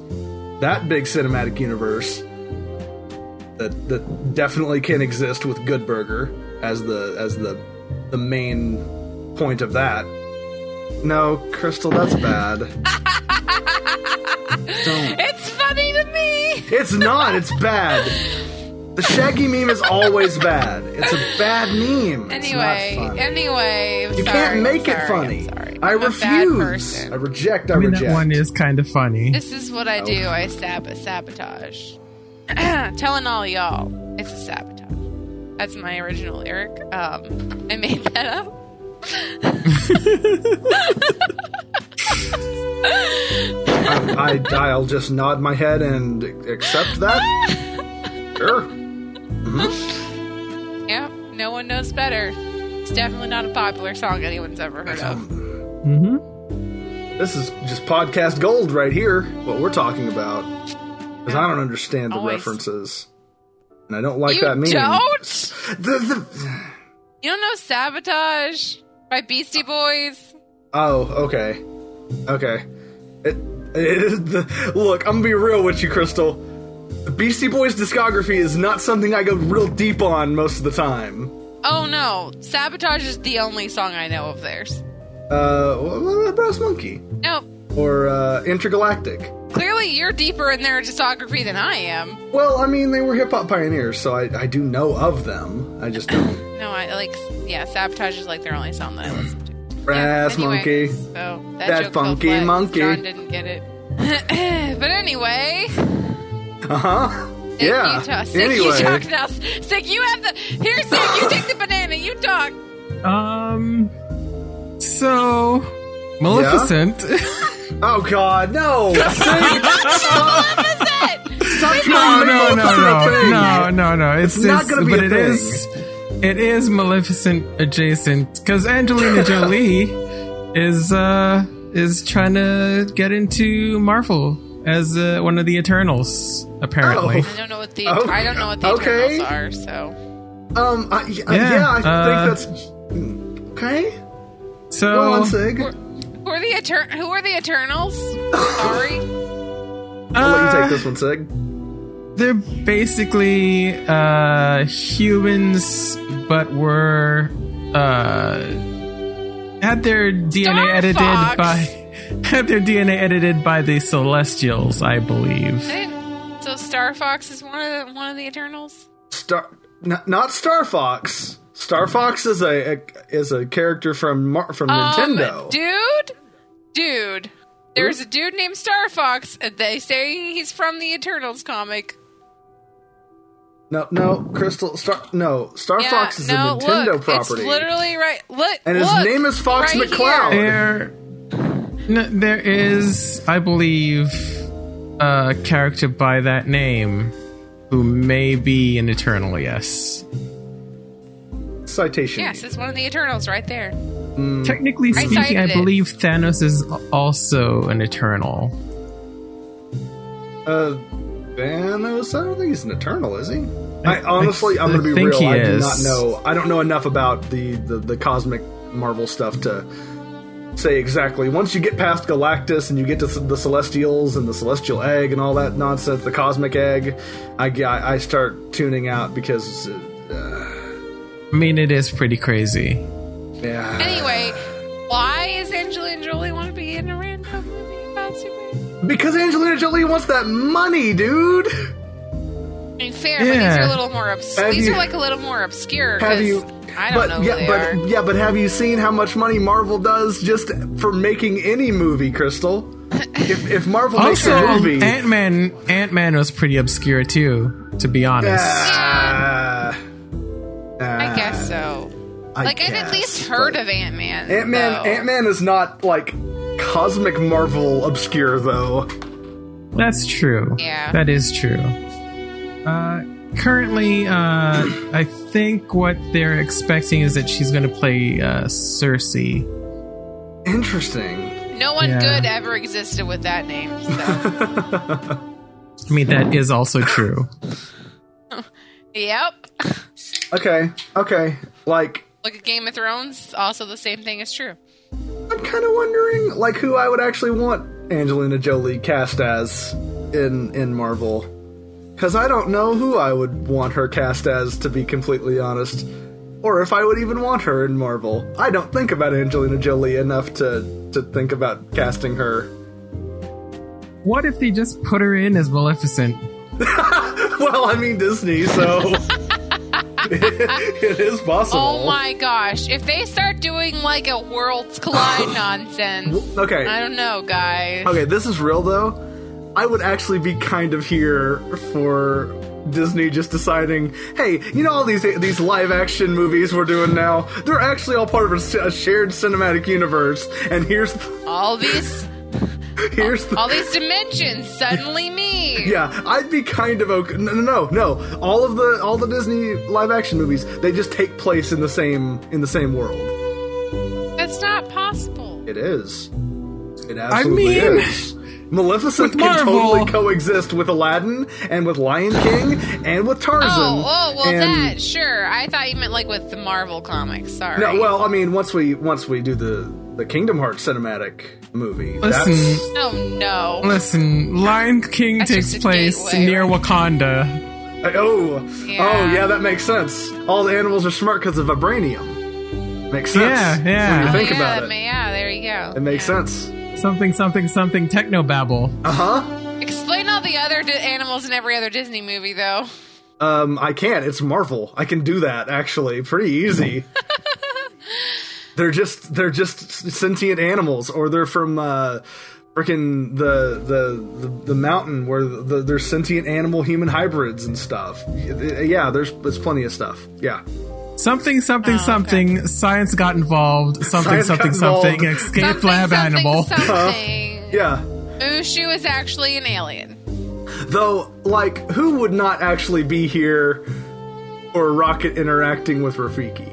Speaker 1: that big cinematic universe that that definitely can exist with Good Burger as the as the the main point of that. No, Crystal, that's bad. Don't.
Speaker 3: It's funny to me.
Speaker 1: It's not. It's bad. The Shaggy meme is always bad. It's a bad meme. It's not
Speaker 3: Anyway,
Speaker 1: funny.
Speaker 3: anyway, I'm
Speaker 1: you
Speaker 3: sorry,
Speaker 1: can't make
Speaker 3: I'm
Speaker 1: it
Speaker 3: sorry,
Speaker 1: funny.
Speaker 3: I'm sorry.
Speaker 1: I
Speaker 3: I'm a bad
Speaker 1: refuse.
Speaker 3: person.
Speaker 1: I reject. I,
Speaker 2: I mean,
Speaker 1: reject.
Speaker 2: that one is kind of funny.
Speaker 3: This is what I do.
Speaker 1: Oh.
Speaker 3: I sab- sabotage. Telling all y'all, it's a sabotage. That's my original lyric. Um, I made that up.
Speaker 1: I, I'll just nod my head and accept that. Sure.
Speaker 3: Yeah, no one knows better. It's definitely not a popular song anyone's ever heard of.
Speaker 2: Mm-hmm.
Speaker 1: This is just podcast gold right here, what we're talking about. Because I don't understand the
Speaker 3: Always.
Speaker 1: references. And I don't like
Speaker 3: You
Speaker 1: that meaning.
Speaker 3: don't?
Speaker 1: The, the,
Speaker 3: You don't know Sabotage by Beastie Boys?
Speaker 1: oh, okay. Okay. It, it is the, look, I'm going to be real with you, Crystal. The Beastie Boys discography is not something I go real deep on most of the time.
Speaker 3: Oh no, Sabotage is the only song I know of theirs.
Speaker 1: Uh, what about Brass Monkey?
Speaker 3: No,
Speaker 1: Or uh, Intergalactic?
Speaker 3: clearly you're deeper in their discography than I am.
Speaker 1: Well, I mean, they were hip hop pioneers, so I, I do know of them. I just don't.
Speaker 3: No, I like, yeah, Sabotage is like their only song that I listen to.
Speaker 1: Brass
Speaker 3: Anyway,
Speaker 1: Monkey.
Speaker 3: So that,
Speaker 1: That
Speaker 3: joke fell
Speaker 1: funky
Speaker 3: flat.
Speaker 1: monkey.
Speaker 3: John didn't get it. but anyway,
Speaker 1: Uh huh.
Speaker 3: Sick,
Speaker 1: Yeah.
Speaker 3: You talk, sick,
Speaker 1: anyway,
Speaker 3: you talk now. Sick, you have the here. Sick, you take the banana. You talk.
Speaker 2: Um. So, Maleficent.
Speaker 1: oh god, no!
Speaker 3: That's it.
Speaker 1: Stop
Speaker 2: Oh,
Speaker 1: trying to make
Speaker 2: no, no, no,
Speaker 1: Maleficent a
Speaker 2: no,
Speaker 1: thing.
Speaker 2: no, no, no. It's,
Speaker 1: It's not gonna be
Speaker 2: but
Speaker 1: a
Speaker 2: it
Speaker 1: thing.
Speaker 2: is. It is Maleficent adjacent because Angelina Jolie is uh is trying to get into Marvel as uh, one of the Eternals apparently.
Speaker 1: Oh.
Speaker 3: I don't know what the
Speaker 1: Oh,
Speaker 3: I don't know what the
Speaker 1: okay.
Speaker 3: Eternals are. So
Speaker 1: Um, I, yeah,
Speaker 2: Yeah,
Speaker 1: yeah, I
Speaker 2: uh,
Speaker 1: think that's mm, okay. Hold
Speaker 2: So
Speaker 1: on, Sig.
Speaker 3: uh, who are the Eter- Who are the Eternals? Sorry.
Speaker 1: I'll let you
Speaker 2: uh,
Speaker 1: take this one, Sig.
Speaker 2: They're basically uh, humans, but were uh, had their DNA
Speaker 3: Star
Speaker 2: edited
Speaker 3: Fox.
Speaker 2: by had their DNA edited by the Celestials, I believe.
Speaker 3: So Star Fox is one of the, one of the Eternals.
Speaker 1: Star, n- not Star Fox. Star Fox is a, a is a character from Mar- from Nintendo.
Speaker 3: Um, dude, dude. There's a dude named Star Fox. and They say he's from the Eternals comic.
Speaker 1: no, no, Crystal Star. No, Star Fox is
Speaker 3: no,
Speaker 1: a Nintendo
Speaker 3: look,
Speaker 1: property.
Speaker 3: It's literally right. Look,
Speaker 1: And his
Speaker 3: look,
Speaker 1: name is Fox
Speaker 3: right
Speaker 1: McCloud.
Speaker 3: here.
Speaker 2: There, n- there is, I believe, a character by that name who may be an Eternal. Yes,
Speaker 1: Citation.
Speaker 3: Yes, it's one of the Eternals right there. Mm.
Speaker 2: technically
Speaker 3: I
Speaker 2: speaking, I
Speaker 3: cited it.
Speaker 2: believe Thanos is also an Eternal.
Speaker 1: Uh, Thanos. I don't think he's an Eternal, is he? I honestly, I, am gonna be
Speaker 2: I think
Speaker 1: real.
Speaker 2: he
Speaker 1: I do
Speaker 2: is.
Speaker 1: not know. I don't know enough about the, the the cosmic Marvel stuff to say exactly. Once you get past Galactus and you get to s- the Celestials and the Celestial Egg and all that nonsense, the Cosmic Egg, I g- I, I start tuning out because uh,
Speaker 2: I mean, it is pretty crazy.
Speaker 1: yeah.
Speaker 3: Anyway, why is Angelina Jolie want to be in a random movie about Superman?
Speaker 1: because Angelina Jolie wants that money, dude.
Speaker 3: I mean, fair, but these
Speaker 2: Yeah.
Speaker 3: are a little more obs-
Speaker 1: Have
Speaker 3: These
Speaker 1: you-
Speaker 3: are like a little more obscure.
Speaker 1: Have
Speaker 3: 'cause
Speaker 1: you?
Speaker 3: I don't
Speaker 1: but,
Speaker 3: know
Speaker 1: Yeah,
Speaker 3: who they
Speaker 1: but
Speaker 3: are.
Speaker 1: yeah, but have you seen how much money Marvel does just for making any movie, Crystal? If, if Marvel makes
Speaker 2: Also,
Speaker 1: a movie,
Speaker 2: Ant Man Ant Man was pretty obscure too, to be honest.
Speaker 1: Ah,
Speaker 3: I guess so.
Speaker 1: I
Speaker 3: Like I'd at
Speaker 1: guess,
Speaker 3: least heard
Speaker 1: but-
Speaker 3: of Ant Man.
Speaker 1: Ant Man. Ant Man is not like cosmic Marvel obscure though.
Speaker 2: That's true.
Speaker 3: Yeah.
Speaker 2: that is true. Uh, currently, uh, I think what they're expecting is that she's going to play uh, Cersei.
Speaker 1: Interesting.
Speaker 3: No one
Speaker 2: Yeah.
Speaker 3: good ever existed with that name. So.
Speaker 2: I mean, that is also true.
Speaker 3: yep.
Speaker 1: Okay. Okay. Like.
Speaker 3: Look at Game of Thrones. Also, the same thing is true.
Speaker 1: I'm kind of wondering, like, who I would actually want Angelina Jolie cast as in in Marvel, because I don't know who I would want her cast as, to be completely honest, or if I would even want her in Marvel. I don't think about Angelina Jolie enough to to think about casting her.
Speaker 2: What if they just put her in as Maleficent?
Speaker 1: Well, I mean Disney, so it is possible.
Speaker 3: Oh my gosh! If they start doing like a worlds collide nonsense,
Speaker 1: Okay.
Speaker 3: I don't know, guys.
Speaker 1: Okay, this is real though. I would actually be kind of here for Disney just deciding, hey, you know all these these live action movies we're doing now? They're actually all part of a, s- a shared cinematic universe, and here's
Speaker 3: All these
Speaker 1: Here's the
Speaker 3: All these dimensions suddenly me.
Speaker 1: yeah. I'd be kind of okay. No, no, no, no. All of the all the Disney live action movies they just take place in the same in the same world.
Speaker 3: That's not possible.
Speaker 1: It is. It absolutely
Speaker 2: mean,
Speaker 1: is. Maleficent
Speaker 2: with
Speaker 1: can totally
Speaker 2: Marvel-
Speaker 1: coexist with Aladdin and with Lion King and with Tarzan.
Speaker 3: Oh, oh, well,
Speaker 1: and-
Speaker 3: that sure. I thought you meant like with the Marvel comics. Sorry.
Speaker 1: No, well, I mean, once we once we do the the Kingdom Hearts cinematic movie, that's
Speaker 2: Listen.
Speaker 3: oh no.
Speaker 2: Listen, Lion King
Speaker 3: That's
Speaker 2: takes
Speaker 3: just a
Speaker 2: place
Speaker 3: gateway,
Speaker 2: near
Speaker 3: right?
Speaker 2: Wakanda.
Speaker 1: oh oh
Speaker 3: Yeah.
Speaker 1: yeah, that makes sense. All the animals are smart because of vibranium. Makes sense.
Speaker 2: Yeah, yeah.
Speaker 1: When you think
Speaker 3: Oh, yeah,
Speaker 1: about it,
Speaker 3: ma- yeah, there you go.
Speaker 1: it makes
Speaker 3: Yeah.
Speaker 1: sense.
Speaker 2: Something, something, something technobabble.
Speaker 1: Uh huh.
Speaker 3: Explain all the other di- animals in every other Disney movie, though.
Speaker 1: Um, I can. It's Marvel. I can do that actually, pretty easy. they're just they're just s- sentient animals, or they're from uh, freaking the, the the the mountain where the, the, there's sentient animal human hybrids and stuff. Y- Yeah, there's there's plenty of stuff. Yeah,
Speaker 2: Something,
Speaker 3: Oh,
Speaker 2: something, something. Science got involved. Something,
Speaker 1: Science
Speaker 2: something,
Speaker 1: got
Speaker 2: something.
Speaker 1: involved.
Speaker 2: Escape
Speaker 3: Something,
Speaker 2: lab
Speaker 3: something,
Speaker 2: animal.
Speaker 3: Something.
Speaker 1: yeah.
Speaker 3: Mushu is actually an alien.
Speaker 1: Though, like, who would not actually be here for Rocket interacting with Rafiki?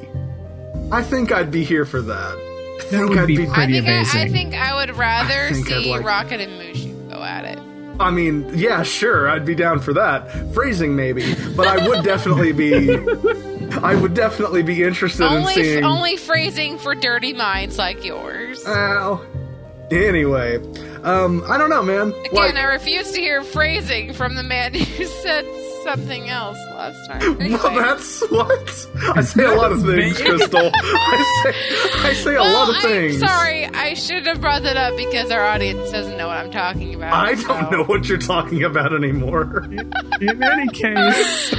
Speaker 1: I think I'd be here for that. I think
Speaker 2: would
Speaker 1: I'd
Speaker 2: be
Speaker 1: be.
Speaker 2: pretty-
Speaker 1: I,
Speaker 3: I think I, I
Speaker 2: amazing.
Speaker 3: think I would rather
Speaker 1: I think I'd
Speaker 3: see
Speaker 1: like-
Speaker 3: Rocket and Mushu go at it.
Speaker 1: mean, yeah, sure, I'd be down for that. Phrasing, maybe, but I would definitely be. I would definitely be interested
Speaker 3: Only,
Speaker 1: in seeing. Uh,
Speaker 3: only phrasing for dirty minds like yours.
Speaker 1: Well, anyway, um, I don't know, man.
Speaker 3: Again,
Speaker 1: like,
Speaker 3: I refuse to hear phrasing from the man who said something else last time. Anyway.
Speaker 1: well, that's what I say. A lot of things, Crystal. I say, I say a lot of
Speaker 3: I'm
Speaker 1: things.
Speaker 3: sorry, I should have brought that up because our audience doesn't know what I'm talking about.
Speaker 1: I
Speaker 3: so-
Speaker 1: don't know what you're talking about anymore.
Speaker 2: In any case,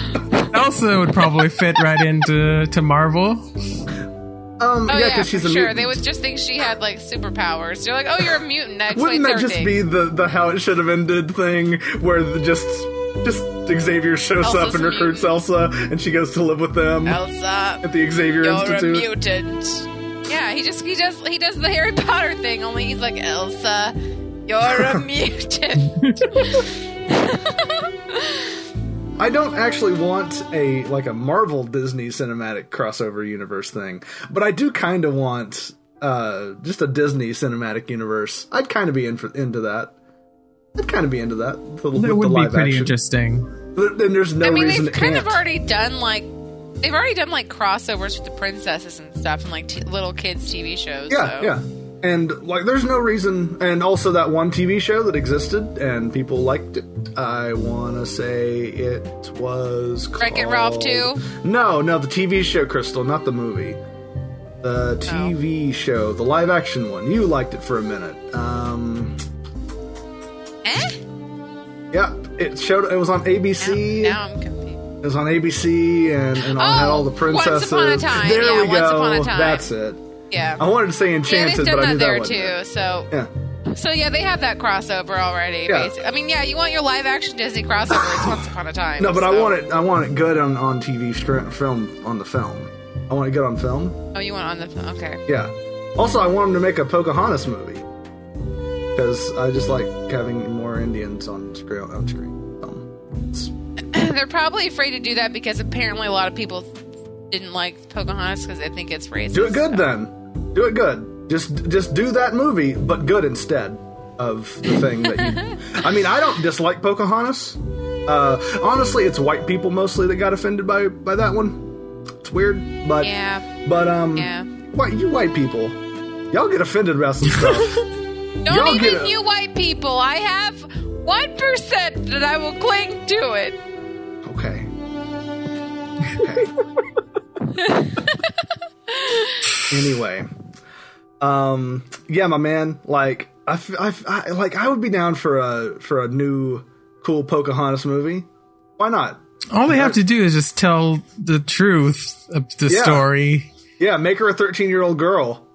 Speaker 2: Elsa would probably fit right into to Marvel.
Speaker 1: Um,
Speaker 3: Oh
Speaker 1: yeah,
Speaker 3: yeah,
Speaker 1: because she's
Speaker 3: for
Speaker 1: a
Speaker 3: sure.
Speaker 1: mutant.
Speaker 3: They would just think she had like superpowers. You're like, oh, you're a mutant. That
Speaker 1: Wouldn't that
Speaker 3: explains
Speaker 1: just
Speaker 3: everything.
Speaker 1: be the, the how it should have ended thing, where the, just just Xavier shows
Speaker 3: Elsa's
Speaker 1: up and
Speaker 3: a
Speaker 1: recruits Elsa, and she goes to live with them
Speaker 3: Elsa,
Speaker 1: at the Xavier
Speaker 3: you're
Speaker 1: Institute?
Speaker 3: a mutant. Yeah, he just he does he does the Harry Potter thing. Only he's like Elsa, you're a mutant.
Speaker 1: I don't actually want a like a Marvel Disney cinematic crossover universe thing, but I do kind of want uh, just a Disney cinematic universe. I'd kind of be in for, into that. I'd kind of be into that. The,
Speaker 2: That would be pretty interesting.
Speaker 1: Then there's no
Speaker 3: I mean,
Speaker 1: reason
Speaker 3: they've
Speaker 1: it
Speaker 3: kind
Speaker 1: can't.
Speaker 3: of already done like they've already done like crossovers with the princesses and stuff and like t- little kids TV shows.
Speaker 1: Yeah,
Speaker 3: so.
Speaker 1: yeah. And like, there's no reason. And also that one TV show that existed and people liked it. I want to say it was
Speaker 3: Wreck-It
Speaker 1: called-
Speaker 3: Ralph 2?
Speaker 1: No, no, the TV show Crystal, not the movie. The
Speaker 3: Oh.
Speaker 1: TV show, the live action one. You liked it for a minute. Um,
Speaker 3: Eh?
Speaker 1: yeah, it showed. It was on ABC.
Speaker 3: Now I'm confused.
Speaker 1: It was on ABC, and and on had
Speaker 3: Oh,
Speaker 1: all the
Speaker 3: Once Upon a
Speaker 1: princesses.
Speaker 3: Time.
Speaker 1: There
Speaker 3: Yeah,
Speaker 1: we
Speaker 3: Once
Speaker 1: go.
Speaker 3: Upon a Time.
Speaker 1: That's it.
Speaker 3: Yeah.
Speaker 1: I wanted to say
Speaker 3: yeah,
Speaker 1: Enchanted,
Speaker 3: they've done
Speaker 1: but I
Speaker 3: that
Speaker 1: knew
Speaker 3: there
Speaker 1: that
Speaker 3: too.
Speaker 1: one.
Speaker 3: So
Speaker 1: Yeah.
Speaker 3: So yeah, they have that crossover already.
Speaker 1: Yeah.
Speaker 3: Basi- I mean, yeah, you want your live action Disney crossover? It's Once Upon a Time.
Speaker 1: No, but I
Speaker 3: so-
Speaker 1: want it. I want it good on on TV scr- film on the film. I want it good on film.
Speaker 3: Oh, you want it on the okay?
Speaker 1: Yeah. Also, I want them to make a Pocahontas movie because I just like having more Indians on screen. On screen. Um, it's-
Speaker 3: They're probably afraid to do that because apparently a lot of people didn't like Pocahontas because they think it's racist.
Speaker 1: do it good
Speaker 3: so.
Speaker 1: then. Do it good. Just just do that movie, but good instead of the thing that you. I mean, I don't dislike Pocahontas. Uh, honestly, it's white people mostly that got offended by by that one. It's weird, but
Speaker 3: Yeah.
Speaker 1: but um.
Speaker 3: Yeah.
Speaker 1: Why you white people? Y'all get offended about some stuff.
Speaker 3: Don't
Speaker 1: Y'all get
Speaker 3: even
Speaker 1: a-
Speaker 3: you white people. I have one percent that I will cling to it.
Speaker 1: okay. Okay. anyway, um, yeah, my man. Like, I, f- I f- I- like, I would be down for a for a new cool Pocahontas movie. Why not?
Speaker 2: All they have to do is just tell the truth of the
Speaker 1: Yeah.
Speaker 2: story.
Speaker 1: Yeah, make her a thirteen year old girl.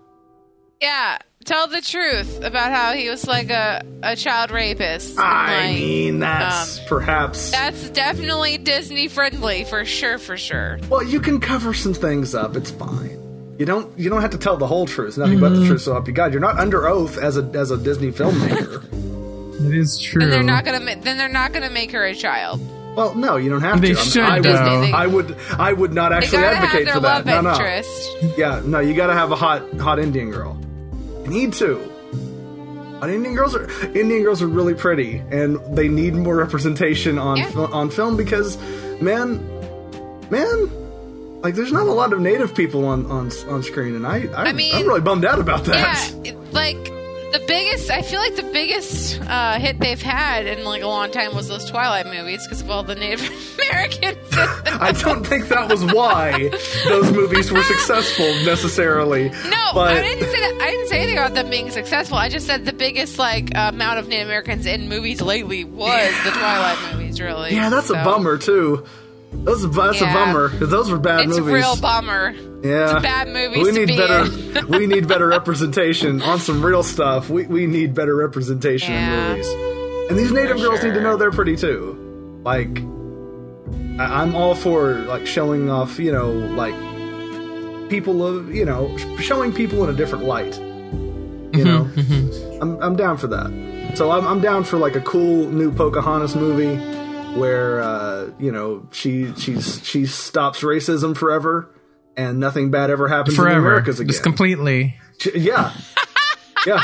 Speaker 3: Yeah. Tell the truth about how he was like a, a child rapist.
Speaker 1: I
Speaker 3: Like,
Speaker 1: mean, that's perhaps.
Speaker 3: that's definitely Disney friendly for sure. For sure.
Speaker 1: well, you can cover some things up. It's fine. You don't you don't have to tell the whole truth, nothing but the truth. So help you God, you're not under oath as a as a Disney filmmaker.
Speaker 2: It is true.
Speaker 3: And they're not gonna. Ma- then they're not gonna make her a child.
Speaker 1: well, no, you don't have
Speaker 2: They
Speaker 1: to. I'm-
Speaker 2: should,
Speaker 1: I, would,
Speaker 2: though.
Speaker 3: Disney, they-
Speaker 1: I would I would not
Speaker 3: They
Speaker 1: actually
Speaker 3: gotta have
Speaker 1: advocate
Speaker 3: their
Speaker 1: for that.
Speaker 3: love
Speaker 1: No, no.
Speaker 3: interest.
Speaker 1: Yeah, no, you gotta have a hot hot Indian girl. You need to. But Indian girls are Indian girls are really pretty, and they need more representation on
Speaker 3: Yeah.
Speaker 1: fil- on film because, man, man, like there's not a lot of native people on on, on screen, and I, I,
Speaker 3: I mean-
Speaker 1: am really bummed out about
Speaker 3: Yeah,
Speaker 1: that.
Speaker 3: it- like the biggest. I feel like the biggest uh, hit they've had in like a long time was those Twilight movies because of all the Native Americans.
Speaker 1: I don't think that was why those movies were successful necessarily.
Speaker 3: No,
Speaker 1: but
Speaker 3: I didn't say that. I didn't say anything about them being successful. I just said the biggest like uh, amount of Native Americans in movies lately was the Twilight movies. Really?
Speaker 1: yeah, that's
Speaker 3: So,
Speaker 1: a bummer too. That's a, that's
Speaker 3: Yeah.
Speaker 1: a bummer 'cause those were bad
Speaker 3: It's a
Speaker 1: movies.
Speaker 3: real bummer.
Speaker 1: Yeah,
Speaker 3: bad movies
Speaker 1: We
Speaker 3: to
Speaker 1: need
Speaker 3: be
Speaker 1: better. we need better representation on some real stuff. We we need better representation
Speaker 3: Yeah.
Speaker 1: in movies. And these native girls need to
Speaker 3: sure.
Speaker 1: know they're pretty too. Like, I, I'm all for like showing off. You know, like people of you know sh- showing people in a different light. You know, I'm I'm down for that. So I'm I'm down for like a cool new Pocahontas movie where uh, you know she she's she stops racism forever and nothing bad ever happens in
Speaker 2: forever.
Speaker 1: America's again.
Speaker 2: Just completely.
Speaker 1: Ch- yeah, yeah,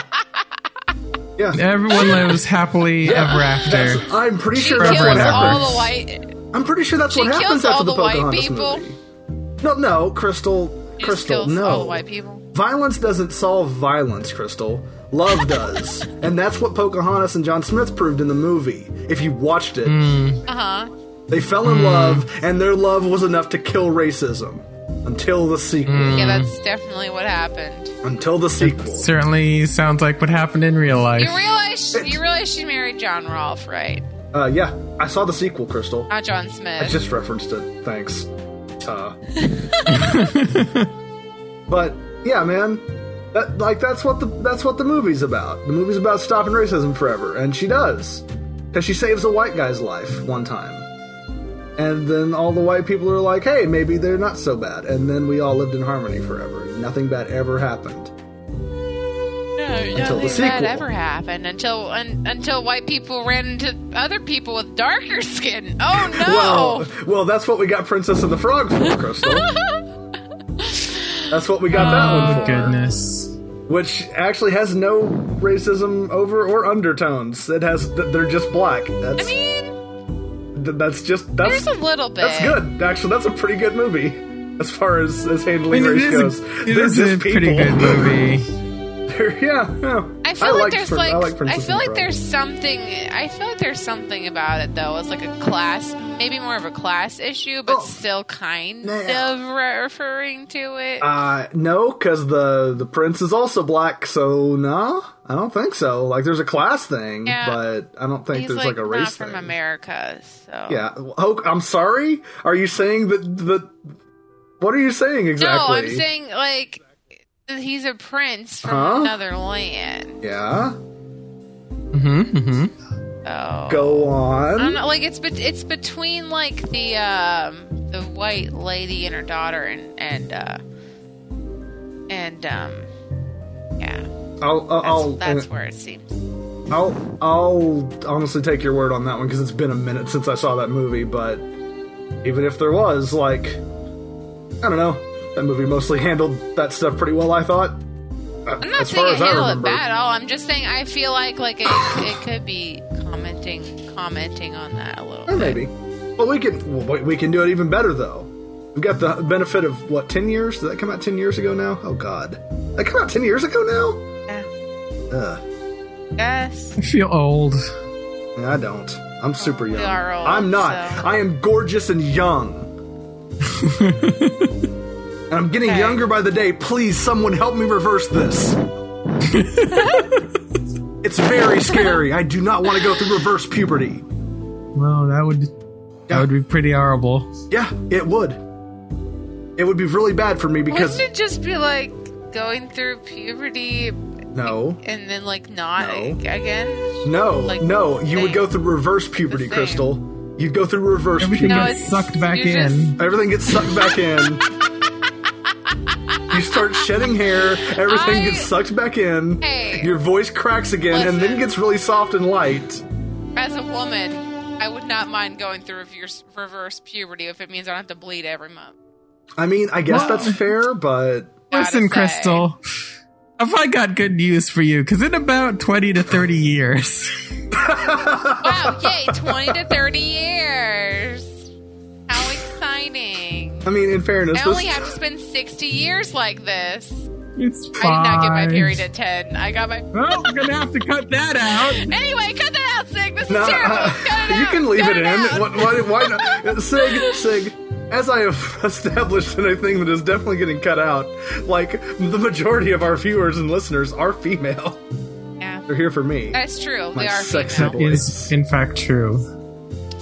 Speaker 1: yeah.
Speaker 2: Everyone lives happily ever after.
Speaker 1: I'm pretty
Speaker 3: She
Speaker 1: sure
Speaker 3: kills
Speaker 1: that's what
Speaker 2: Forever.
Speaker 1: happens.
Speaker 3: all the white.
Speaker 1: I'm pretty sure that's
Speaker 3: She
Speaker 1: what happens
Speaker 3: kills
Speaker 1: after
Speaker 3: all
Speaker 1: the
Speaker 3: the white
Speaker 1: Pocahontas
Speaker 3: people.
Speaker 1: movie. No, no, Crystal,
Speaker 3: She just
Speaker 1: Crystal,
Speaker 3: kills
Speaker 1: no.
Speaker 3: all the white people.
Speaker 1: Violence doesn't solve violence, Crystal. Love does. and that's what Pocahontas and John Smith proved in the movie. If you watched it,
Speaker 3: Uh huh.
Speaker 1: they fell in love, and their love was enough to kill racism. Until the sequel.
Speaker 3: Yeah, that's
Speaker 1: Mm-hmm.
Speaker 3: definitely what happened.
Speaker 1: Until the sequel.
Speaker 2: Certainly sounds like what happened in real life.
Speaker 3: You realize you realize she married John Rolfe, right?
Speaker 1: Uh, yeah, I saw the sequel, Crystal.
Speaker 3: Not John Smith.
Speaker 1: I just referenced it. Thanks. Uh. but yeah, man, that like that's what the that's what the movie's about. The movie's about stopping racism forever, and she does because she saves a white guy's life one time, and then all the white people are like, "Hey, maybe they're not so bad," and then we all lived in harmony forever. Nothing bad ever happened. until the
Speaker 3: nothing bad
Speaker 1: sequel.
Speaker 3: ever happened until un, until white people ran into other people with darker skin. Oh no!
Speaker 1: Well, well, that's what we got Princess and the Frog for, Crystal. that's what we got that
Speaker 2: oh
Speaker 1: one for.
Speaker 2: goodness.
Speaker 1: which actually has no racism over or undertones. It has th- they're just black. That's
Speaker 3: I mean,
Speaker 1: th- that's just that's
Speaker 3: there's a little bit.
Speaker 1: that's good. Actually, that's a pretty good movie as far as as handling
Speaker 2: I mean,
Speaker 1: race
Speaker 2: it
Speaker 1: goes.
Speaker 2: is, a, it
Speaker 1: They're
Speaker 2: is a
Speaker 1: just
Speaker 2: pretty
Speaker 1: people.
Speaker 2: good movie.
Speaker 1: They're- yeah, yeah.
Speaker 3: I feel like
Speaker 1: liked
Speaker 3: there's
Speaker 1: Prin-
Speaker 3: like, I,
Speaker 1: Princess
Speaker 3: feel
Speaker 1: and the
Speaker 3: like
Speaker 1: Frog.
Speaker 3: there's something I feel like there's something about it though. It's like a class, maybe more of a class issue, but
Speaker 1: Oh.
Speaker 3: still kind
Speaker 1: Now.
Speaker 3: of re- referring to it.
Speaker 1: Uh, no, because the the prince is also black. So no, I don't think so. Like there's a class thing,
Speaker 3: Yeah.
Speaker 1: but I don't think
Speaker 3: He's
Speaker 1: there's like, a
Speaker 3: not
Speaker 1: race
Speaker 3: from
Speaker 1: thing.
Speaker 3: America, so
Speaker 1: Yeah, Hoke, I'm sorry. Are you saying that the what are you saying exactly?
Speaker 3: No, I'm saying like he's a prince from
Speaker 1: Huh?
Speaker 3: another land.
Speaker 1: Yeah.
Speaker 2: Mm-hmm, mm-hmm.
Speaker 3: So
Speaker 1: Go on.
Speaker 3: Oh. I'm not, like it's bet it's between like the um the white lady and her daughter and and uh and um yeah
Speaker 1: I'll I'll
Speaker 3: that's,
Speaker 1: I'll, uh,
Speaker 3: that's where it seems.
Speaker 1: I'll I'll honestly take your word on that one because it's been a minute since I saw that movie. But even if there was, like, I don't know, that movie mostly handled that stuff pretty well. I thought.
Speaker 3: I'm not
Speaker 1: as
Speaker 3: saying
Speaker 1: far
Speaker 3: it
Speaker 1: as I
Speaker 3: handle it
Speaker 1: remember.
Speaker 3: bad at all. I'm just saying I feel like like it, it could be commenting commenting on that a little
Speaker 1: Or
Speaker 3: bit.
Speaker 1: Oh, maybe. Well, we can well, we- we can do it even better though. We've got the benefit of what ten years? Did that come out ten years ago now? Oh God, that come out ten years ago now?
Speaker 3: Yeah.
Speaker 1: Ugh,
Speaker 3: Yes.
Speaker 2: I feel old.
Speaker 1: I don't. I'm super young.
Speaker 3: are old,
Speaker 1: I'm not.
Speaker 3: so-
Speaker 1: I am gorgeous and young. and I'm getting
Speaker 3: Okay.
Speaker 1: younger by the day. Please, someone help me reverse this. it's very scary. I do not want to go through reverse puberty.
Speaker 2: Well, that would that would be pretty horrible.
Speaker 1: Yeah, it would. It would be really bad for me because
Speaker 3: Wouldn't it just be like going through puberty
Speaker 1: no.
Speaker 3: and then like not
Speaker 1: No.
Speaker 3: ag- again?
Speaker 1: No,
Speaker 3: Like,
Speaker 1: no, you would
Speaker 3: same.
Speaker 1: go through reverse puberty,
Speaker 3: same.
Speaker 1: Crystal. You'd go through reverse
Speaker 2: Everything
Speaker 1: puberty.
Speaker 3: No,
Speaker 2: gets
Speaker 3: it's-
Speaker 2: sucked back
Speaker 3: you're
Speaker 2: in.
Speaker 1: Everything gets sucked back in. you start shedding hair, everything
Speaker 3: I-
Speaker 1: gets sucked back in,
Speaker 3: Hey.
Speaker 1: your voice cracks again, and then
Speaker 3: Listen.
Speaker 1: gets really soft and light.
Speaker 3: As a woman, I would not mind going through reverse, reverse puberty if it means I don't have to bleed every month.
Speaker 1: I mean, I guess
Speaker 2: Well-
Speaker 1: that's fair, but
Speaker 3: Gotta
Speaker 2: Listen,
Speaker 3: say.
Speaker 2: Crystal, have I got good news for you? Because in about 20 to 30 years,
Speaker 3: Wow, yay, 20 to 30 years. How exciting.
Speaker 1: I mean, in fairness,
Speaker 3: I
Speaker 1: this,
Speaker 3: only have to spend 60 years like this.
Speaker 2: it's fine.
Speaker 3: I did not get my period at 10. I got my.
Speaker 2: Well, we're going to have to cut that out.
Speaker 3: Anyway, cut that out, Sig. This is
Speaker 1: Nah,
Speaker 3: terrible.
Speaker 1: uh,
Speaker 3: Cut it
Speaker 1: you
Speaker 3: out.
Speaker 1: can leave
Speaker 3: Cut
Speaker 1: it in.
Speaker 3: out.
Speaker 1: What, why, why not? Sig, Sig, as I have established in a thing that is definitely getting cut out, like the majority of our viewers and listeners are female.
Speaker 3: Yeah,
Speaker 1: They're here for me.
Speaker 3: that's true.
Speaker 1: My
Speaker 3: they are
Speaker 1: sex
Speaker 3: female.
Speaker 2: That is, in fact, true.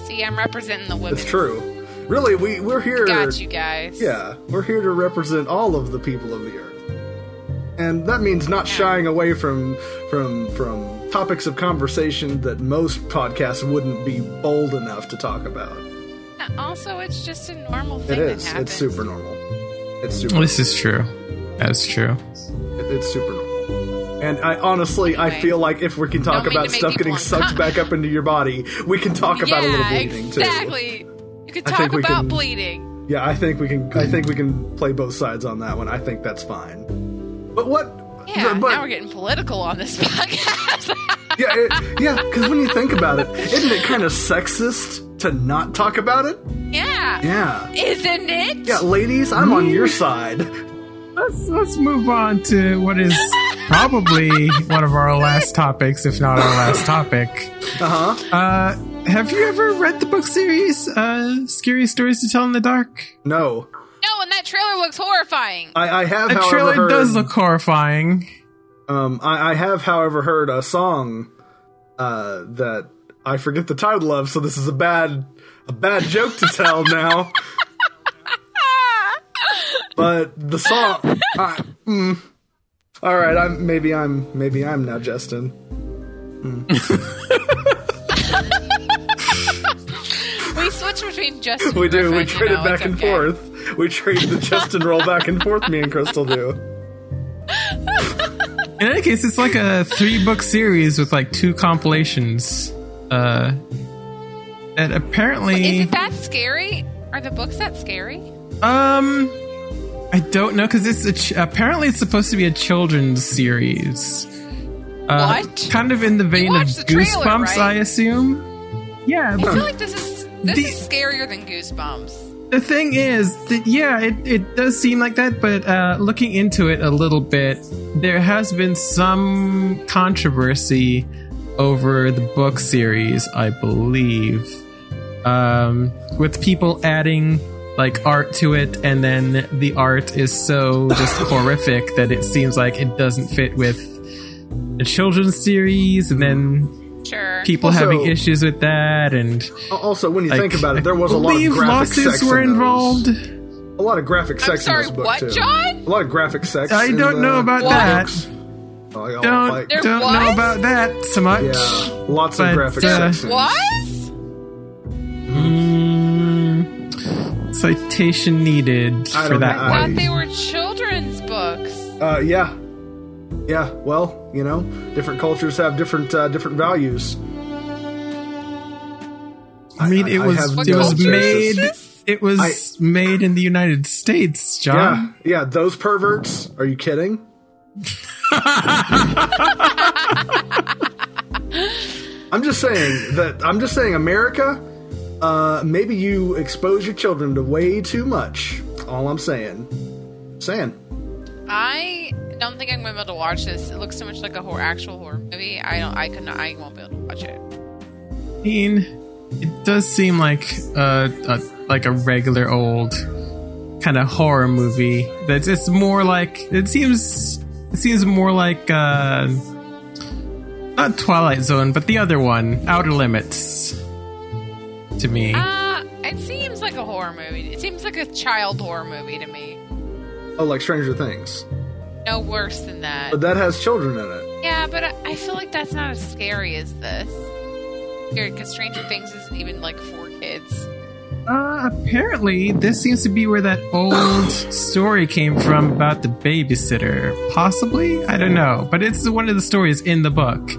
Speaker 3: See, I'm representing the women.
Speaker 1: It's true. Really, we we're here.
Speaker 3: Got you guys.
Speaker 1: Yeah, we're here to represent all of the people of the earth, and that means not shying away from from from topics of conversation that most podcasts wouldn't be bold enough to talk about.
Speaker 3: Also, it's just a normal
Speaker 1: It
Speaker 3: thing
Speaker 1: is.
Speaker 3: that happens.
Speaker 1: It's super normal. It's super.
Speaker 2: This is true. That's true.
Speaker 1: It- It's super normal. And I honestly, I
Speaker 3: Anyway.
Speaker 1: feel like if we can talk
Speaker 3: mean to
Speaker 1: about
Speaker 3: make
Speaker 1: stuff getting
Speaker 3: people
Speaker 1: sucked
Speaker 3: uncom-
Speaker 1: back up into your body, we can talk about a little
Speaker 3: yeah,
Speaker 1: bleeding too.
Speaker 3: exactly. You could
Speaker 1: I
Speaker 3: talk
Speaker 1: think we
Speaker 3: about
Speaker 1: can-
Speaker 3: bleeding.
Speaker 1: Yeah, I think we can. I think we can play both sides on that one. I think that's fine. But what?
Speaker 3: Yeah,
Speaker 1: but,
Speaker 3: now we're getting political on this podcast.
Speaker 1: yeah, it, yeah. Because when you think about it, isn't it kind of sexist to not talk about it?
Speaker 3: yeah.
Speaker 1: Yeah.
Speaker 3: Isn't it?
Speaker 1: Yeah, ladies, I'm on your side.
Speaker 2: Let's, let's move on to what is probably one of our last topics, if not our last topic.
Speaker 1: Uh huh.
Speaker 2: Uh, have you ever read the book series, uh, Scary Stories to Tell in the Dark?
Speaker 1: No,
Speaker 3: No, and that trailer looks horrifying.
Speaker 1: I, I have.
Speaker 2: The
Speaker 1: however,
Speaker 2: trailer
Speaker 1: heard,
Speaker 2: does look horrifying.
Speaker 1: Um, I, I have, however, heard a song uh, that I forget the title of, so this is a bad a bad joke to tell now. But the song, I, mm, all right, I'm maybe I'm maybe I'm now Justin.
Speaker 3: we switch between Justin.
Speaker 1: We do we
Speaker 3: Griffin,
Speaker 1: trade
Speaker 3: you
Speaker 1: it
Speaker 3: know,
Speaker 1: back
Speaker 3: it's
Speaker 1: and
Speaker 3: okay.
Speaker 1: forth. We trade the Justin roll back and forth. Me and Crystal do.
Speaker 2: In any case, it's like a three book series with like two compilations. Uh, that
Speaker 3: Is
Speaker 2: apparently,
Speaker 3: it that scary? Are the books that scary?
Speaker 2: um, I don't know because it's a ch- apparently it's supposed to be a children's series. Uh,
Speaker 3: What?
Speaker 2: Kind of in the vein of
Speaker 3: watched the trailer,
Speaker 2: Goosebumps,
Speaker 3: right?
Speaker 2: I assume. Yeah,
Speaker 3: I feel like this is this
Speaker 2: The-
Speaker 3: is scarier than Goosebumps.
Speaker 2: the thing is that yeah it, it does seem like that but uh, looking into it a little bit there has been some controversy over the book series i believe um, with people adding like art to it and then the art is so just horrific that it seems like it doesn't fit with the children's series and then
Speaker 3: Sure.
Speaker 2: people
Speaker 1: Also-
Speaker 2: having issues with that and
Speaker 1: Al- Also, when you
Speaker 2: like,
Speaker 1: think about it, there was
Speaker 2: I
Speaker 1: a lot of
Speaker 2: believe
Speaker 1: graphic
Speaker 2: lawsuits
Speaker 1: sex in
Speaker 2: were
Speaker 1: those.
Speaker 2: involved
Speaker 1: A lot of graphic sex
Speaker 3: sorry,
Speaker 1: in this book
Speaker 3: what,
Speaker 1: too.
Speaker 3: John?
Speaker 1: A lot of graphic sex.
Speaker 2: I
Speaker 1: in
Speaker 2: don't
Speaker 1: the
Speaker 2: know about
Speaker 1: books.
Speaker 2: that.
Speaker 1: Oh, I got
Speaker 2: don't
Speaker 1: uh, like-
Speaker 3: There
Speaker 2: don't
Speaker 3: was?
Speaker 2: know about that so much.
Speaker 1: Yeah, lots
Speaker 2: But,
Speaker 1: of graphic
Speaker 2: uh,
Speaker 1: sex. scenes.
Speaker 3: What?
Speaker 2: Mm, citation needed
Speaker 1: I
Speaker 2: for
Speaker 1: don't
Speaker 2: that
Speaker 1: know.
Speaker 2: one.
Speaker 3: Thought they were children's books.
Speaker 1: Uh, yeah, yeah. Well, you know, different cultures have different uh, different values.
Speaker 2: I mean,
Speaker 1: I-
Speaker 2: it
Speaker 1: I
Speaker 2: was
Speaker 1: have
Speaker 2: it
Speaker 1: no
Speaker 2: was
Speaker 1: culture.
Speaker 2: made
Speaker 3: Racist?
Speaker 2: it was
Speaker 1: I-
Speaker 2: made in the United States,
Speaker 1: Yeah,
Speaker 2: John.
Speaker 1: yeah. Those perverts. Are you kidding? I'm just saying that. I'm just saying, America. Uh, maybe you expose your children to way too much. All I'm saying. Saying.
Speaker 3: I don't think I'm gonna be able to watch this. It looks so much like a horror, actual horror movie. I don't. I could not. I won't be able to watch it.
Speaker 2: I mean, it does seem like a, a like a regular old kind of horror movie. That's it's more like it seems it seems more like uh, not Twilight Zone, but the other one, Outer Limits, to me.
Speaker 3: Uh, it seems like a horror movie. It seems like a child horror movie to me.
Speaker 1: Oh, like Stranger Things.
Speaker 3: No worse than that.
Speaker 1: But that has children in it.
Speaker 3: Yeah, but I I feel like that's not as scary as this. Weird, because Stranger Things isn't even like for kids.
Speaker 2: Uh, apparently, this seems to be where that old story came from about the babysitter. Possibly? I don't know. But it's one of the stories in the book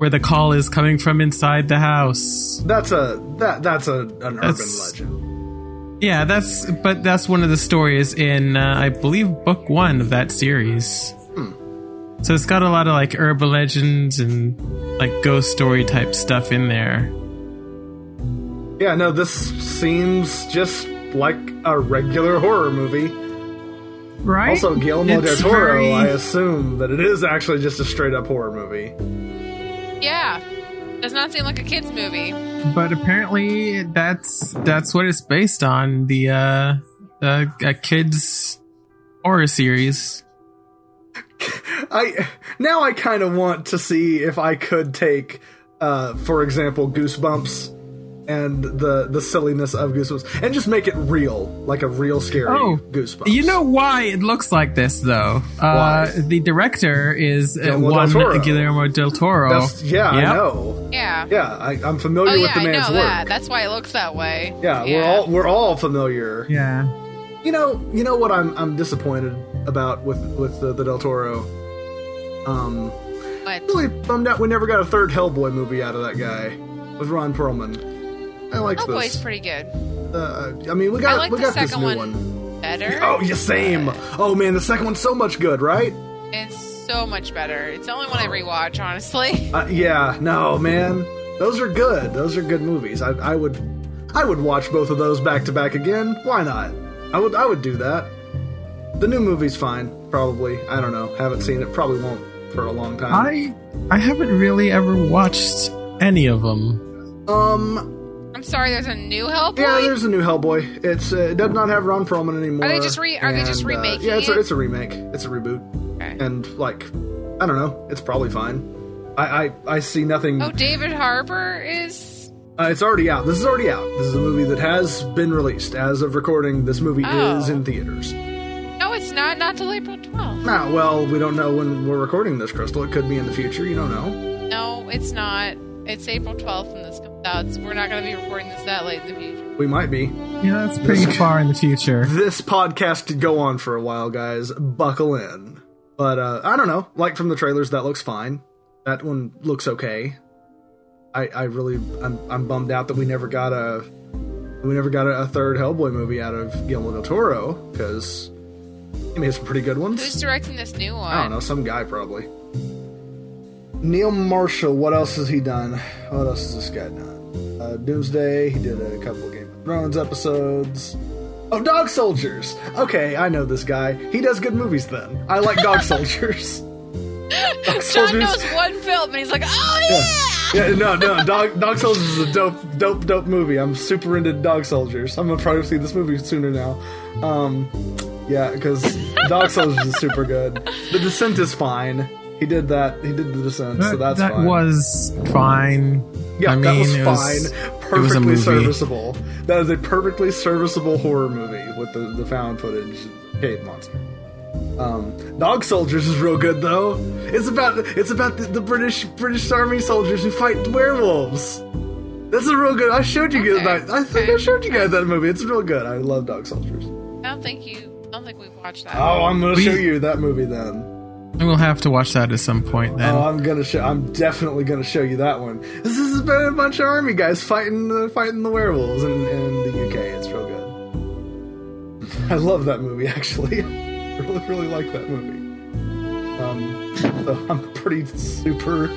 Speaker 2: where the call is coming from inside the house.
Speaker 1: That's a that that's a an
Speaker 2: That's-
Speaker 1: urban legend.
Speaker 2: Yeah, that's but that's one of the stories in uh, I believe book 1 of that series.
Speaker 1: Hmm.
Speaker 2: So it's got a lot of like urban legends and like ghost story type stuff in there.
Speaker 1: Yeah, no, this seems just like a regular horror movie.
Speaker 2: Right?
Speaker 1: Also, Guillermo del Toro, I assume that it is actually just a straight up horror movie.
Speaker 3: Yeah. Does not seem like a kids movie.
Speaker 2: but apparently that's that's what it's based on the uh, uh a kids horror series
Speaker 1: I now I kind of want to see if I could take, uh, for example, Goosebumps and the the silliness of Goosebumps and just make it real, like a real scary
Speaker 2: Oh,
Speaker 1: Goosebumps.
Speaker 2: you know why it looks like this though
Speaker 1: Why?
Speaker 2: uh the director is uh,
Speaker 1: Guillermo del
Speaker 2: one
Speaker 1: Toro.
Speaker 2: Guillermo del Toro
Speaker 1: That's, yeah,
Speaker 2: Yep.
Speaker 1: I know.
Speaker 3: Yeah.
Speaker 1: Yeah, I, I'm familiar
Speaker 3: Oh
Speaker 1: with
Speaker 3: yeah,
Speaker 1: the
Speaker 3: I know
Speaker 1: man's work.
Speaker 3: that. That's why it looks that way.
Speaker 1: yeah, we're all we're all familiar.
Speaker 2: yeah
Speaker 1: You know, you know what I'm I'm disappointed about with with the, the Del Toro. Um,
Speaker 3: But
Speaker 1: really bummed out we never got a third Hellboy movie out of that guy with Ron Perlman. I liked
Speaker 3: Hellboy's
Speaker 1: this.
Speaker 3: pretty good.
Speaker 1: Uh, I mean, we got
Speaker 3: I like
Speaker 1: we
Speaker 3: the
Speaker 1: got this
Speaker 3: second
Speaker 1: new
Speaker 3: one,
Speaker 1: one.
Speaker 3: better.
Speaker 1: Oh, yeah, same. Oh man, the second one's so much good, right?
Speaker 3: It's so much better. It's the only one I rewatch, honestly.
Speaker 1: Uh, yeah, no, man, those are good. Those are good movies. I, I would, I would watch both of those back to back again. Why not? I would, I would do that. The new movie's fine, probably. I don't know. Haven't seen it. Probably won't for a long time.
Speaker 2: I I haven't really ever watched any of them
Speaker 1: um,
Speaker 3: I'm sorry. There's a new Hellboy.
Speaker 1: yeah, there's a new Hellboy. It's uh, it does not have Ron Perlman anymore.
Speaker 3: Are they just re- are they just
Speaker 1: uh,
Speaker 3: remaking
Speaker 1: yeah, it's a,
Speaker 3: it?
Speaker 1: it's a remake. It's a reboot,
Speaker 3: Okay.
Speaker 1: and like, I don't know. It's probably fine. I I, I see nothing.
Speaker 3: Oh, David Harbour is.
Speaker 1: Uh, it's already out. This is already out. This is a movie that has been released. As of recording, this movie
Speaker 3: Oh.
Speaker 1: is in theaters.
Speaker 3: No, it's not. Not till April 12th.
Speaker 1: Nah, well, we don't know when we're recording this, Crystal. It could be in the future. You don't know.
Speaker 3: No, it's not. It's April 12th when this comes out. So we're not going to be recording this that late in the future.
Speaker 1: We might be.
Speaker 2: yeah that's pretty far in the future
Speaker 1: This podcast could go on for a while, guys. Buckle in. But uh, I don't know. Like from the trailers, that looks fine. That one looks okay. I, I really, I'm, I'm bummed out that we never got a, we never got a, a third Hellboy movie out of Guillermo del Toro because he made some pretty good ones.
Speaker 3: Who's directing this new one?
Speaker 1: I don't know, some guy probably. Neil Marshall, what else has he done? What else has this guy done? Uh, Doomsday, he did a couple of Game of Thrones episodes. Oh, Dog Soldiers! Okay, I know this guy. He does good movies then. I like Dog Soldiers. Dog
Speaker 3: John knows one film and he's like, oh yeah.
Speaker 1: yeah, no, no, Dog, Dog Soldiers is a dope, dope, dope movie. I'm super into Dog Soldiers. I'm gonna probably see this movie sooner now. Um, yeah, because Dog Soldiers is super good. The Descent is fine. He did that. He did The Descent, so that's
Speaker 2: that
Speaker 1: fine.
Speaker 2: was fine
Speaker 1: yeah,
Speaker 2: I mean,
Speaker 1: that was
Speaker 2: it
Speaker 1: fine.
Speaker 2: was-
Speaker 1: perfectly
Speaker 2: was a movie.
Speaker 1: serviceable. That is a perfectly serviceable horror movie with the, the found footage cave monster. Um, Dog Soldiers is real good though. It's about it's about the, the British British Army soldiers who fight werewolves. That's a real good. I showed you
Speaker 3: Okay,
Speaker 1: guys. I think I
Speaker 3: okay,
Speaker 1: showed you guys that movie. It's real good. I love Dog Soldiers.
Speaker 3: I don't think you. I don't think we've watched that.
Speaker 1: Oh, I'm gonna
Speaker 2: We-
Speaker 1: show you that movie then.
Speaker 2: and we'll have to watch that at some point then
Speaker 1: Oh, I'm gonna show. I'm definitely gonna show you that one. This is about a bunch of army guys fighting the fighting the werewolves in, in the UK. It's real good. I love that movie actually. I really really like that movie. Um, so I'm pretty super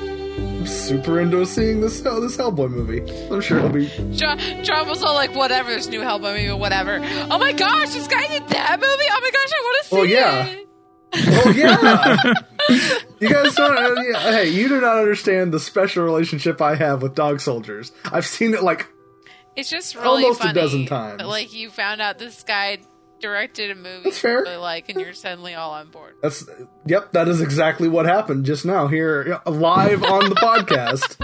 Speaker 1: super into seeing this Hell- this Hellboy movie. I'm sure it'll be
Speaker 3: John, John was all like, whatever, this new Hellboy movie, whatever. Oh my gosh, this guy did that movie? Oh my gosh, I want to see
Speaker 1: Well, yeah.
Speaker 3: it.
Speaker 1: Oh yeah. you guys don't. uh, yeah, Hey, you do not understand the special relationship I have with Dog Soldiers. I've seen it like
Speaker 3: It's just really
Speaker 1: Almost a
Speaker 3: funny
Speaker 1: dozen times.
Speaker 3: But like, you found out this guy directed a movie
Speaker 1: That's fair.
Speaker 3: you really like, and you're suddenly all on board.
Speaker 1: that's. Yep, that is exactly what happened just now here yeah, live on the podcast.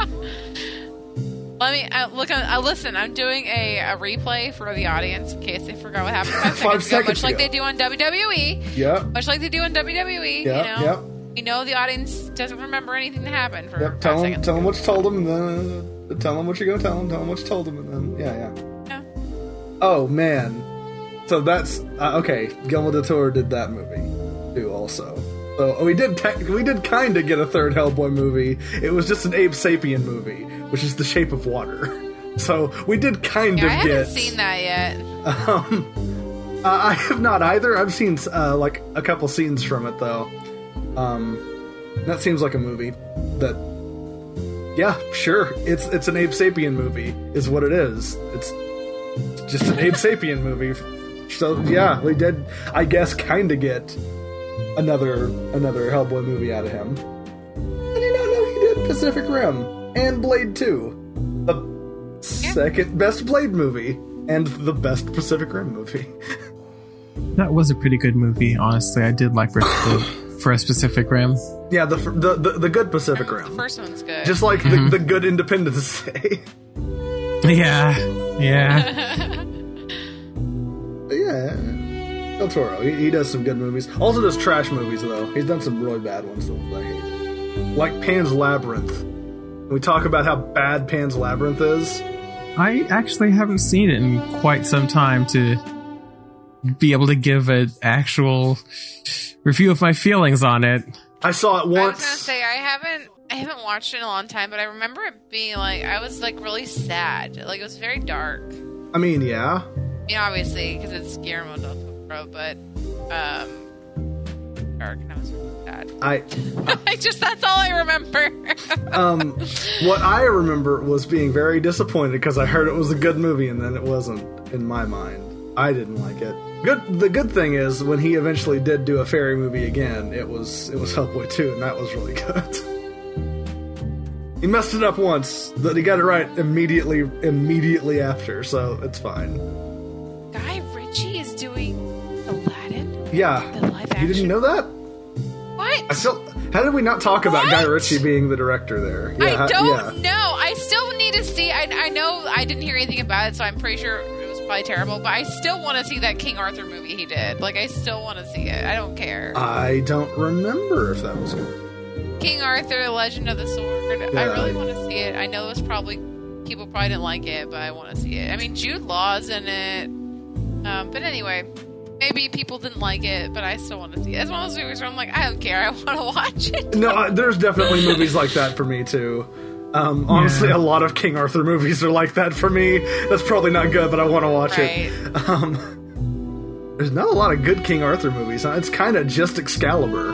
Speaker 3: Let me I, look. on- I listen. I'm doing a, a replay for the audience in case they forgot what happened five,
Speaker 1: Five
Speaker 3: seconds ago,
Speaker 1: seconds
Speaker 3: much like
Speaker 1: ago.
Speaker 3: they do on WWE,
Speaker 1: Yep.
Speaker 3: much like they do on WWE.
Speaker 1: Yeah,
Speaker 3: you know,
Speaker 1: yep.
Speaker 3: you know, the audience doesn't remember anything that happened for
Speaker 1: Yep.
Speaker 3: five
Speaker 1: Tell them.
Speaker 3: seconds.
Speaker 1: Tell them what you told them, and then uh, tell them what you're gonna tell them. Tell them what you told them, and then yeah, yeah.
Speaker 3: Yeah.
Speaker 1: Oh man. So that's uh, okay. Guillermo del Toro did that movie too, also. So we did tech we did kind of get a third Hellboy movie. It was just an Abe Sapien movie, which is The Shape of Water. So we did kind
Speaker 3: Yeah, I
Speaker 1: of
Speaker 3: haven't
Speaker 1: get.
Speaker 3: seen that yet.
Speaker 1: Um, uh, I have not either. I've seen uh, like a couple scenes from it though. Um, that seems like a movie that. Yeah, sure. It's it's an Ape Sapien movie, is what it is. It's just an Ape Sapien movie. So yeah, we did. I guess kind of get another another Hellboy movie out of him. I did not know he did Pacific Rim and Blade Two, the second best Blade movie and the best Pacific Rim movie.
Speaker 2: That was a pretty good movie, honestly. I did like the first Pacific Rim.
Speaker 1: Yeah, the fir- the the, the good Pacific
Speaker 3: The
Speaker 1: Rim,
Speaker 3: first one's good.
Speaker 1: just like the, the good Independence Day.
Speaker 2: Yeah, yeah.
Speaker 1: But yeah, Del Toro. He, he does some good movies. Also does trash movies though. He's done some really bad ones that I hate, like Pan's Labyrinth. We talk about how bad Pan's Labyrinth is.
Speaker 2: I actually haven't seen it in quite some time to be able to give an actual review of my feelings on it.
Speaker 1: I saw it
Speaker 3: I
Speaker 1: once.
Speaker 3: was gonna say I haven't I haven't watched it in a long time, but I remember it being like I was like really sad. Like it was very dark.
Speaker 1: I mean, yeah.
Speaker 3: I mean, obviously because it's Guillermo del Toro, but um, dark and I was really sad.
Speaker 1: I
Speaker 3: I just that's all I remember.
Speaker 1: um, what I remember was being very disappointed because I heard it was a good movie and then it wasn't in my mind. I didn't like it. Good. The good thing is when he eventually did do a fairy movie again, it was it was Hellboy two, and that was really good. he messed it up once, but he got it right immediately immediately after, so it's fine.
Speaker 3: Guy Ritchie is doing Aladdin.
Speaker 1: Yeah,
Speaker 3: The live
Speaker 1: you didn't
Speaker 3: action.
Speaker 1: know that?
Speaker 3: What?
Speaker 1: I still. How did we not talk about Guy
Speaker 3: What?
Speaker 1: Ritchie being the director there? Yeah,
Speaker 3: I
Speaker 1: how-
Speaker 3: don't know. I still need to see. I, I know I didn't hear anything about it, so I'm pretty sure it was probably terrible. But I still want to see that King Arthur movie he did. Like I still want to see it. I don't care.
Speaker 1: I don't remember if that was good.
Speaker 3: King Arthur: Legend of the Sword. I
Speaker 1: Yeah.
Speaker 3: really want to see it. I know it was probably people probably didn't like it, but I want to see it. I mean, Jude Law's in it. Um, but anyway, maybe people didn't like it, but I still want to see it. It's one of those movies where I'm like, I don't care. I want to watch it.
Speaker 1: No, I, there's definitely movies like that for me too. Um, honestly,
Speaker 2: Yeah.
Speaker 1: a lot of King Arthur movies are like that for me. That's probably not good, but I want to watch it. Um, there's not a lot of good King Arthur movies. huh? It's kind of just Excalibur.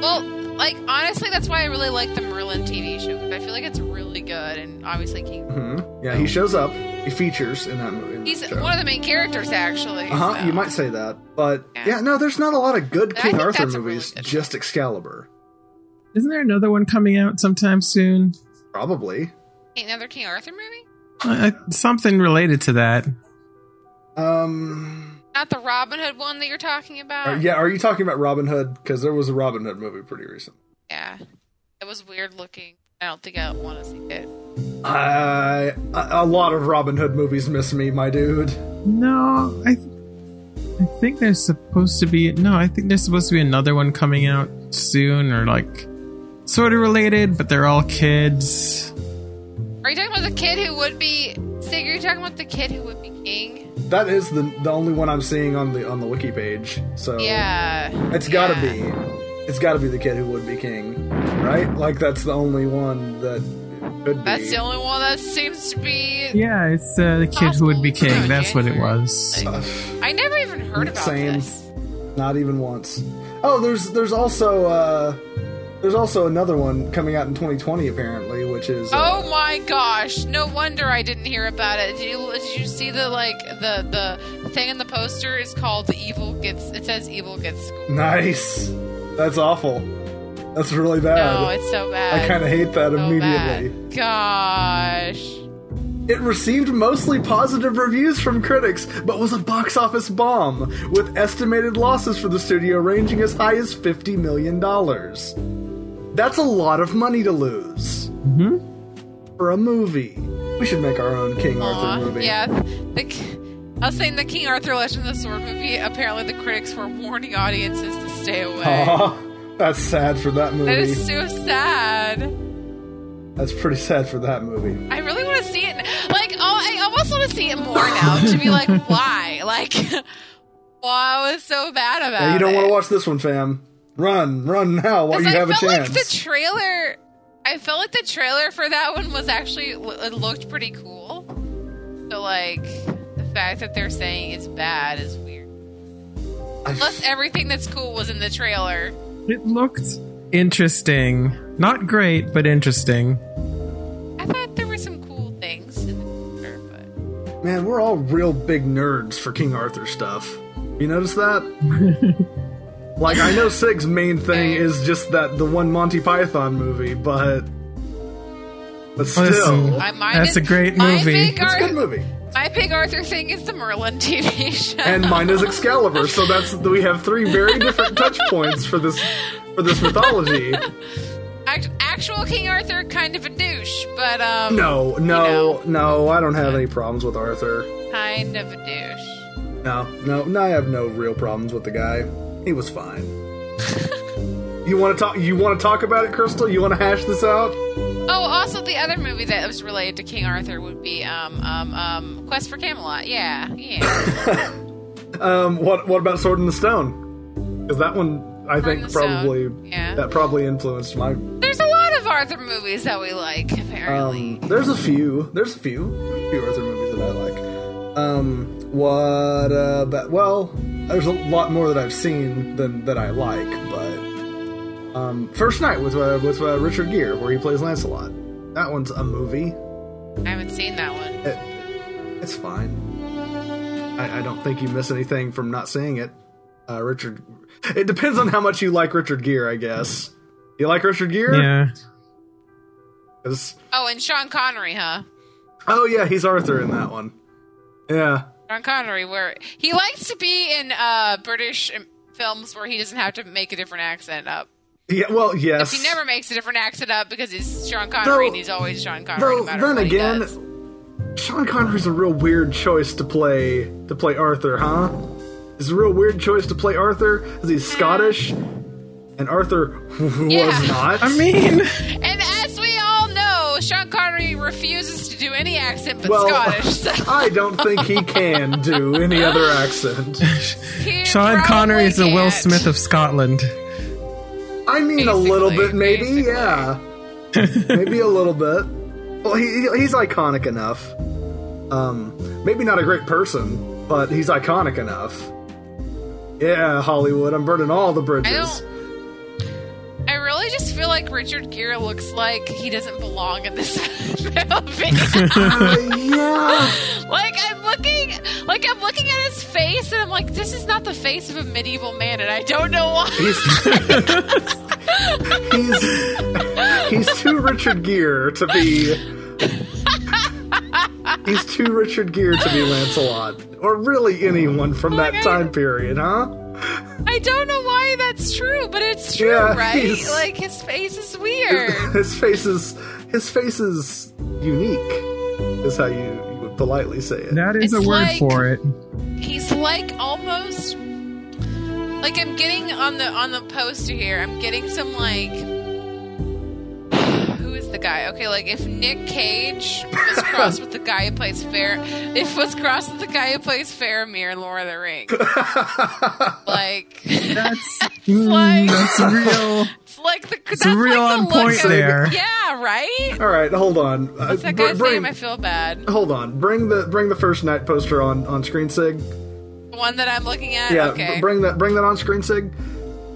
Speaker 3: Well, like honestly, that's why I really like the Merlin TV show because I feel like it's really good and obviously King.
Speaker 1: Hmm? Yeah, he shows up. He features in that movie.
Speaker 3: Oh. He's one of the main characters actually.
Speaker 1: Uh huh.
Speaker 3: so.
Speaker 1: You might say that, but
Speaker 3: Yeah.
Speaker 1: yeah, no, there's not a lot of good
Speaker 3: I
Speaker 1: King
Speaker 3: think
Speaker 1: Arthur
Speaker 3: that's a really
Speaker 1: movies.
Speaker 3: good
Speaker 1: just Excalibur,
Speaker 2: Isn't there another one coming out sometime soon?
Speaker 1: probably.
Speaker 3: another King Arthur movie.
Speaker 2: Uh, something related to that.
Speaker 1: Um,
Speaker 3: Not the Robin Hood one that you're talking about.
Speaker 1: are- Uh, yeah. Are you talking about Robin Hood? Because there was a Robin Hood movie pretty recent.
Speaker 3: Yeah. It was weird looking. I don't think I want to see it.
Speaker 1: I a a lot of Robin Hood movies miss me, my dude.
Speaker 2: No, I, th- I think there's supposed to be no. I think there's supposed to be another one coming out soon, or like sort of related, but they're all kids.
Speaker 3: Are you talking about the kid who would be? Sig, are you talking about the kid who would be king?
Speaker 1: That is the the only one I'm seeing on the on the wiki page. So
Speaker 3: Yeah.
Speaker 1: it's gotta
Speaker 3: yeah.
Speaker 1: be, it's gotta be the kid who would be king, right? Like that's the only one that it could be.
Speaker 3: That's the only one that seems to be.
Speaker 2: Yeah, it's uh, the kid who would be king. That's what it was.
Speaker 3: Like, I never even heard about
Speaker 1: Same.
Speaker 3: this.
Speaker 1: Not even once. Oh, there's there's also uh, there's also another one coming out in 2020 apparently, which is uh,
Speaker 3: Oh my gosh! No wonder I didn't hear about it. Did you did you see the like the the thing in the poster is called the evil gets? It says evil gets. School.
Speaker 1: nice. That's awful. That's really bad.
Speaker 3: No, Oh, it's so bad.
Speaker 1: I kind of hate that
Speaker 3: so
Speaker 1: immediately.
Speaker 3: bad. Gosh.
Speaker 1: It received mostly positive reviews from critics, but was a box office bomb, with estimated losses for the studio ranging as high as $50 million. That's a lot of money to lose. For a movie. We should make our own King
Speaker 3: Aw,
Speaker 1: Arthur movie.
Speaker 3: Uh-huh. Yeah, the, K- I was saying the King Arthur Legend of the Sword movie. Apparently, the critics were warning audiences to stay away.
Speaker 1: Aw, that's sad for that movie.
Speaker 3: That is so sad.
Speaker 1: That's pretty sad for that movie.
Speaker 3: I really want to see it. Like, oh, I almost want to see it more now to be like, why? Like, why was so bad about
Speaker 1: Yeah, you don't
Speaker 3: it?
Speaker 1: want to watch this one, fam. Run, run now while you
Speaker 3: I
Speaker 1: have a
Speaker 3: felt
Speaker 1: chance.
Speaker 3: like the trailer. I felt like the trailer for that one was actually it looked pretty cool. So like the fact that they're saying it's bad is weird.
Speaker 1: I-
Speaker 3: Plus everything that's cool was in the trailer.
Speaker 2: It looked interesting. Not great, but interesting.
Speaker 3: I thought there were some cool things in the trailer, but
Speaker 1: Man, we're all real big nerds for King Arthur stuff. You notice that? like, I know Sig's main thing is just that the one Monty Python movie, but. But still.
Speaker 2: Listen,
Speaker 3: I mind
Speaker 2: that's
Speaker 3: it.
Speaker 2: a great
Speaker 3: My
Speaker 2: movie.
Speaker 3: big
Speaker 1: it's a
Speaker 3: Arthur-
Speaker 1: good movie.
Speaker 3: my Pig Arthur thing is the Merlin TV show.
Speaker 1: And mine is Excalibur, so that's we have three very different touch points for this for this mythology.
Speaker 3: Act- actual King Arthur kind of a douche, but um
Speaker 1: No, no, no, I don't have any problems with Arthur.
Speaker 3: kind of a douche.
Speaker 1: No, no, no, I have no real problems with the guy. He was fine. you want to talk? You want to talk about it, Crystal? You want to hash this out?
Speaker 3: Oh, also the other movie that was related to King Arthur would be um um um Quest for Camelot. Yeah, yeah.
Speaker 1: Um, what what about Sword in the Stone? Because that one, I
Speaker 3: in the
Speaker 1: think, probably
Speaker 3: Stone, yeah.
Speaker 1: that probably influenced my.
Speaker 3: There's a lot of Arthur movies that we like apparently.
Speaker 1: Um, there's a few. There's a few. There's a few Arthur movies that I like. Um, what? Uh, but well, there's a lot more that I've seen than that I like. But um, First Night with uh, with uh, Richard Gere, where he plays Lancelot. That one's a movie. Um,
Speaker 3: I haven't seen that one.
Speaker 1: It's fine. I, I don't think you miss anything from not seeing it. Uh, Richard. It depends on how much you like Richard Gere, I guess. You like Richard Gere?
Speaker 2: Yeah.
Speaker 1: 'Cause-
Speaker 3: Oh, and Sean Connery, huh?
Speaker 1: Oh, yeah, he's Arthur in that one. Yeah.
Speaker 3: Sean Connery, where he likes to be in uh British um, films where he doesn't have to make a different accent up.
Speaker 1: Yeah, well, yes.
Speaker 3: He never makes a different accent up because he's Sean Connery
Speaker 1: Though-
Speaker 3: and he's always Sean Connery.
Speaker 1: Though,
Speaker 3: no matter
Speaker 1: then
Speaker 3: what he
Speaker 1: again,
Speaker 3: does.
Speaker 1: Sean Connery's a real weird choice to play to play Arthur, huh? It's a real weird choice to play Arthur because he's Scottish, and Arthur was
Speaker 3: Hmm. Yeah.
Speaker 1: not.
Speaker 2: I mean,
Speaker 3: and as we all know, Sean Connery refuses to do any accent but
Speaker 1: well,
Speaker 3: Scottish. So
Speaker 1: I don't think he can do any other accent.
Speaker 3: he
Speaker 2: Sean
Speaker 3: probably
Speaker 2: Connery is the Will
Speaker 3: can't.
Speaker 2: Smith of Scotland.
Speaker 1: I mean, a little
Speaker 3: Basically,
Speaker 1: bit, maybe,
Speaker 3: basically.
Speaker 1: yeah, maybe a little bit. Well, he, he- he's iconic enough. Um, maybe not a great person, but he's iconic enough. Yeah, Hollywood, I'm burning all the
Speaker 3: I
Speaker 1: bridges.
Speaker 3: don't. I really just feel like Richard Gere looks like he doesn't belong in this movie.
Speaker 1: Uh, yeah,
Speaker 3: like I'm looking, like I'm looking at his face, and I'm like, this is not the face of a medieval man, and I don't know why.
Speaker 1: he's he's he's too Richard Gere to be. He's too Richard Gere to be Lancelot, or really anyone from that
Speaker 3: Oh God.
Speaker 1: time period, huh?
Speaker 3: I don't know why that's true, but it's true,
Speaker 1: Yeah,
Speaker 3: right?
Speaker 1: he's-
Speaker 3: Like his face is weird.
Speaker 1: his face is his face is unique is how you, you would politely say it
Speaker 2: That is
Speaker 3: It's
Speaker 2: a word
Speaker 3: like-
Speaker 2: for it.
Speaker 3: He's like almost like I'm getting on the on the poster here. I'm getting some like who is the guy? Okay, like if Nick Cage was crossed with the guy who plays Fair, if was crossed with the guy who plays Faramir in Lord of the Rings, like
Speaker 2: That's
Speaker 3: like-
Speaker 2: mm, that's real.
Speaker 3: it's like the
Speaker 2: It's
Speaker 3: that's like
Speaker 2: real
Speaker 3: the
Speaker 2: on
Speaker 3: look
Speaker 2: point
Speaker 3: of-
Speaker 2: there.
Speaker 3: Yeah, right.
Speaker 1: all right hold on Uh,
Speaker 3: It's that
Speaker 1: br-
Speaker 3: guy's
Speaker 1: bring,
Speaker 3: name. I feel bad.
Speaker 1: hold on bring the bring the first night poster on on screen sig
Speaker 3: The one that I'm looking at.
Speaker 1: yeah
Speaker 3: Uh, okay.
Speaker 1: br- bring that bring that on screen sig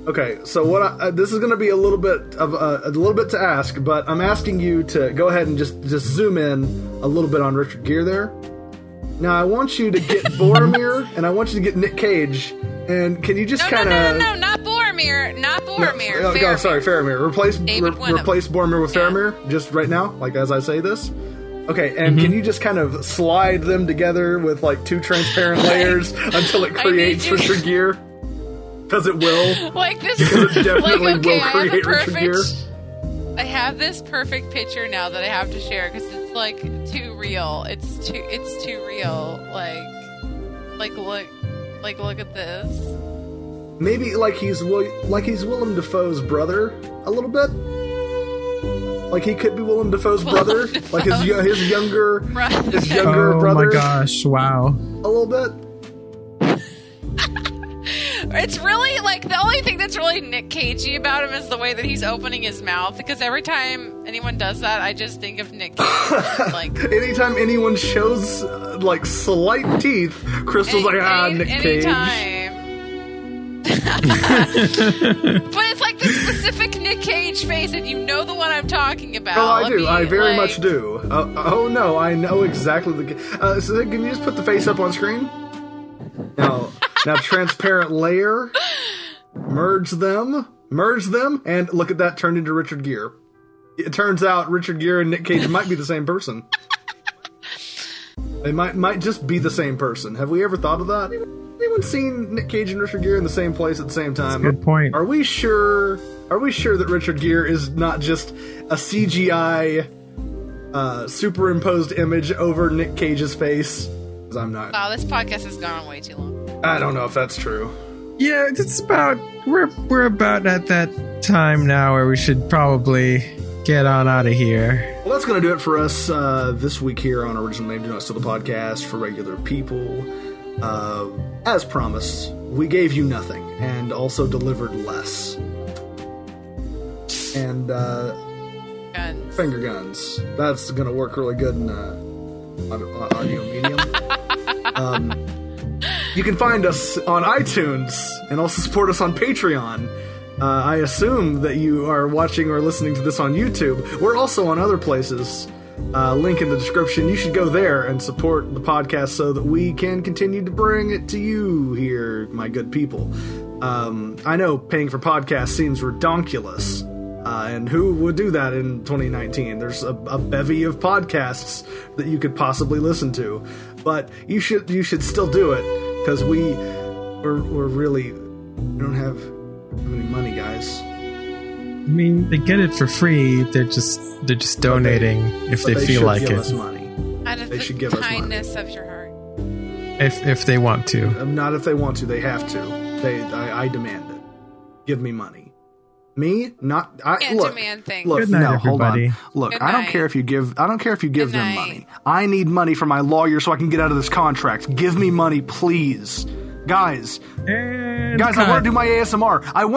Speaker 1: okay so what I, uh, this is going to be a little bit of uh, a little bit to ask but i'm asking you to go ahead and just just zoom in a little bit on richard Gere there now i want you to get boromir and i want you to get nick cage and can you just
Speaker 3: no, no,
Speaker 1: kind of
Speaker 3: no, no, no, not Boromir, not Boromir.
Speaker 1: Oh, God,
Speaker 3: Faramir.
Speaker 1: sorry, Faramir. Replace
Speaker 3: David
Speaker 1: re-
Speaker 3: Wenham.
Speaker 1: replace Boromir with
Speaker 3: Yeah.
Speaker 1: Faramir just right now, like as I say this. Okay, and
Speaker 2: Mm-hmm.
Speaker 1: can you just kind of slide them together with like two transparent layers until it
Speaker 3: I
Speaker 1: creates
Speaker 3: need you-
Speaker 1: Richard Gear? Because it will.
Speaker 3: Like this
Speaker 1: It definitely
Speaker 3: like, okay,
Speaker 1: will
Speaker 3: I have the
Speaker 1: create Richard Gere.
Speaker 3: perfect. I have this perfect picture now that I have to share because it's like too real. It's too. It's too real. Like, like look, like look at this.
Speaker 1: Maybe like he's Will- like he's Willem Dafoe's brother a little bit. Like he could be Willem Dafoe's brother,
Speaker 3: Willem Dafoe.
Speaker 1: like his yo- his younger
Speaker 3: Brother.
Speaker 1: his younger
Speaker 2: Oh
Speaker 1: brother
Speaker 2: my gosh! Wow.
Speaker 1: a little bit.
Speaker 3: It's really like the only thing that's really Nick Cagey about him is the way that he's opening his mouth. Because every time anyone does that, I just think of Nick. Cage. like
Speaker 1: Anytime anyone shows uh, like slight teeth, Crystal's like ah
Speaker 3: any-
Speaker 1: Nick Cage.
Speaker 3: anytime. but it's like the specific Nick Cage face, and you know the one I'm talking about.
Speaker 1: Oh, I
Speaker 3: Let
Speaker 1: do.
Speaker 3: me,
Speaker 1: I very
Speaker 3: like-
Speaker 1: much do. Uh, oh no, I know exactly the. Ga- uh, so then can you just put the face up on screen? Now, now, transparent layer, merge them, merge them, and look at that turned into Richard Gere. It turns out Richard Gere and Nick Cage might be the same person. They might might just be the same person. Have we ever thought of that? Anyone seen Nick Cage and Richard Gere in the same place at the same time?
Speaker 2: good point.
Speaker 1: Are we sure? Are we sure that Richard Gere is not just a CGI uh, superimposed image over Nick Cage's face? 'Cause I'm not.
Speaker 3: Wow, oh, this podcast has gone on way too long.
Speaker 1: I don't know if that's true.
Speaker 2: Yeah, it's about we're we're about at that time now where we should probably get on out of here.
Speaker 1: Well, that's going to do it for us uh, this week here on Original Name Do Not Steal the podcast for regular people. Uh, as promised, we gave you nothing and also delivered less. And uh,
Speaker 3: Guns.
Speaker 1: finger guns. That's going to work really good in uh, on, on audio medium. um, you can find us on iTunes and also support us on Patreon. Uh, I assume that you are watching or listening to this on YouTube. We're also on other places. Uh, link in the description. You should go there and support the podcast so that we can continue to bring it to you here, my good people. Um, I know paying for podcasts seems redonkulous, uh, and who would do that in 2019? There's a, a bevy of podcasts that you could possibly listen to, but you should you should still do it because we we're, we're really we don't have any money, guys.
Speaker 2: I mean, they get it for free. They're just they're just donating if they,
Speaker 1: But
Speaker 2: feel
Speaker 1: should
Speaker 2: like
Speaker 1: give
Speaker 2: it,
Speaker 1: us money.
Speaker 3: Out of
Speaker 1: They
Speaker 3: the
Speaker 1: should give us money.
Speaker 3: kindness of your heart.
Speaker 2: if if they want to.
Speaker 1: Um, Not if they want to. They have to. They I, I demand it. Give me money. Me not. I
Speaker 3: Can't
Speaker 1: look.
Speaker 3: demand things.
Speaker 1: Look,
Speaker 2: Good night,
Speaker 1: no, hold on.
Speaker 2: everybody.
Speaker 1: Look,
Speaker 3: Good
Speaker 1: I don't
Speaker 3: night.
Speaker 1: care if you give. I don't care if you give
Speaker 3: Good
Speaker 1: them
Speaker 3: night.
Speaker 1: money. I need money for my lawyer so I can get out of this contract. Give me money, please, guys.
Speaker 2: And
Speaker 1: Guys, I
Speaker 2: cut.
Speaker 1: want to do my ASMR. I want.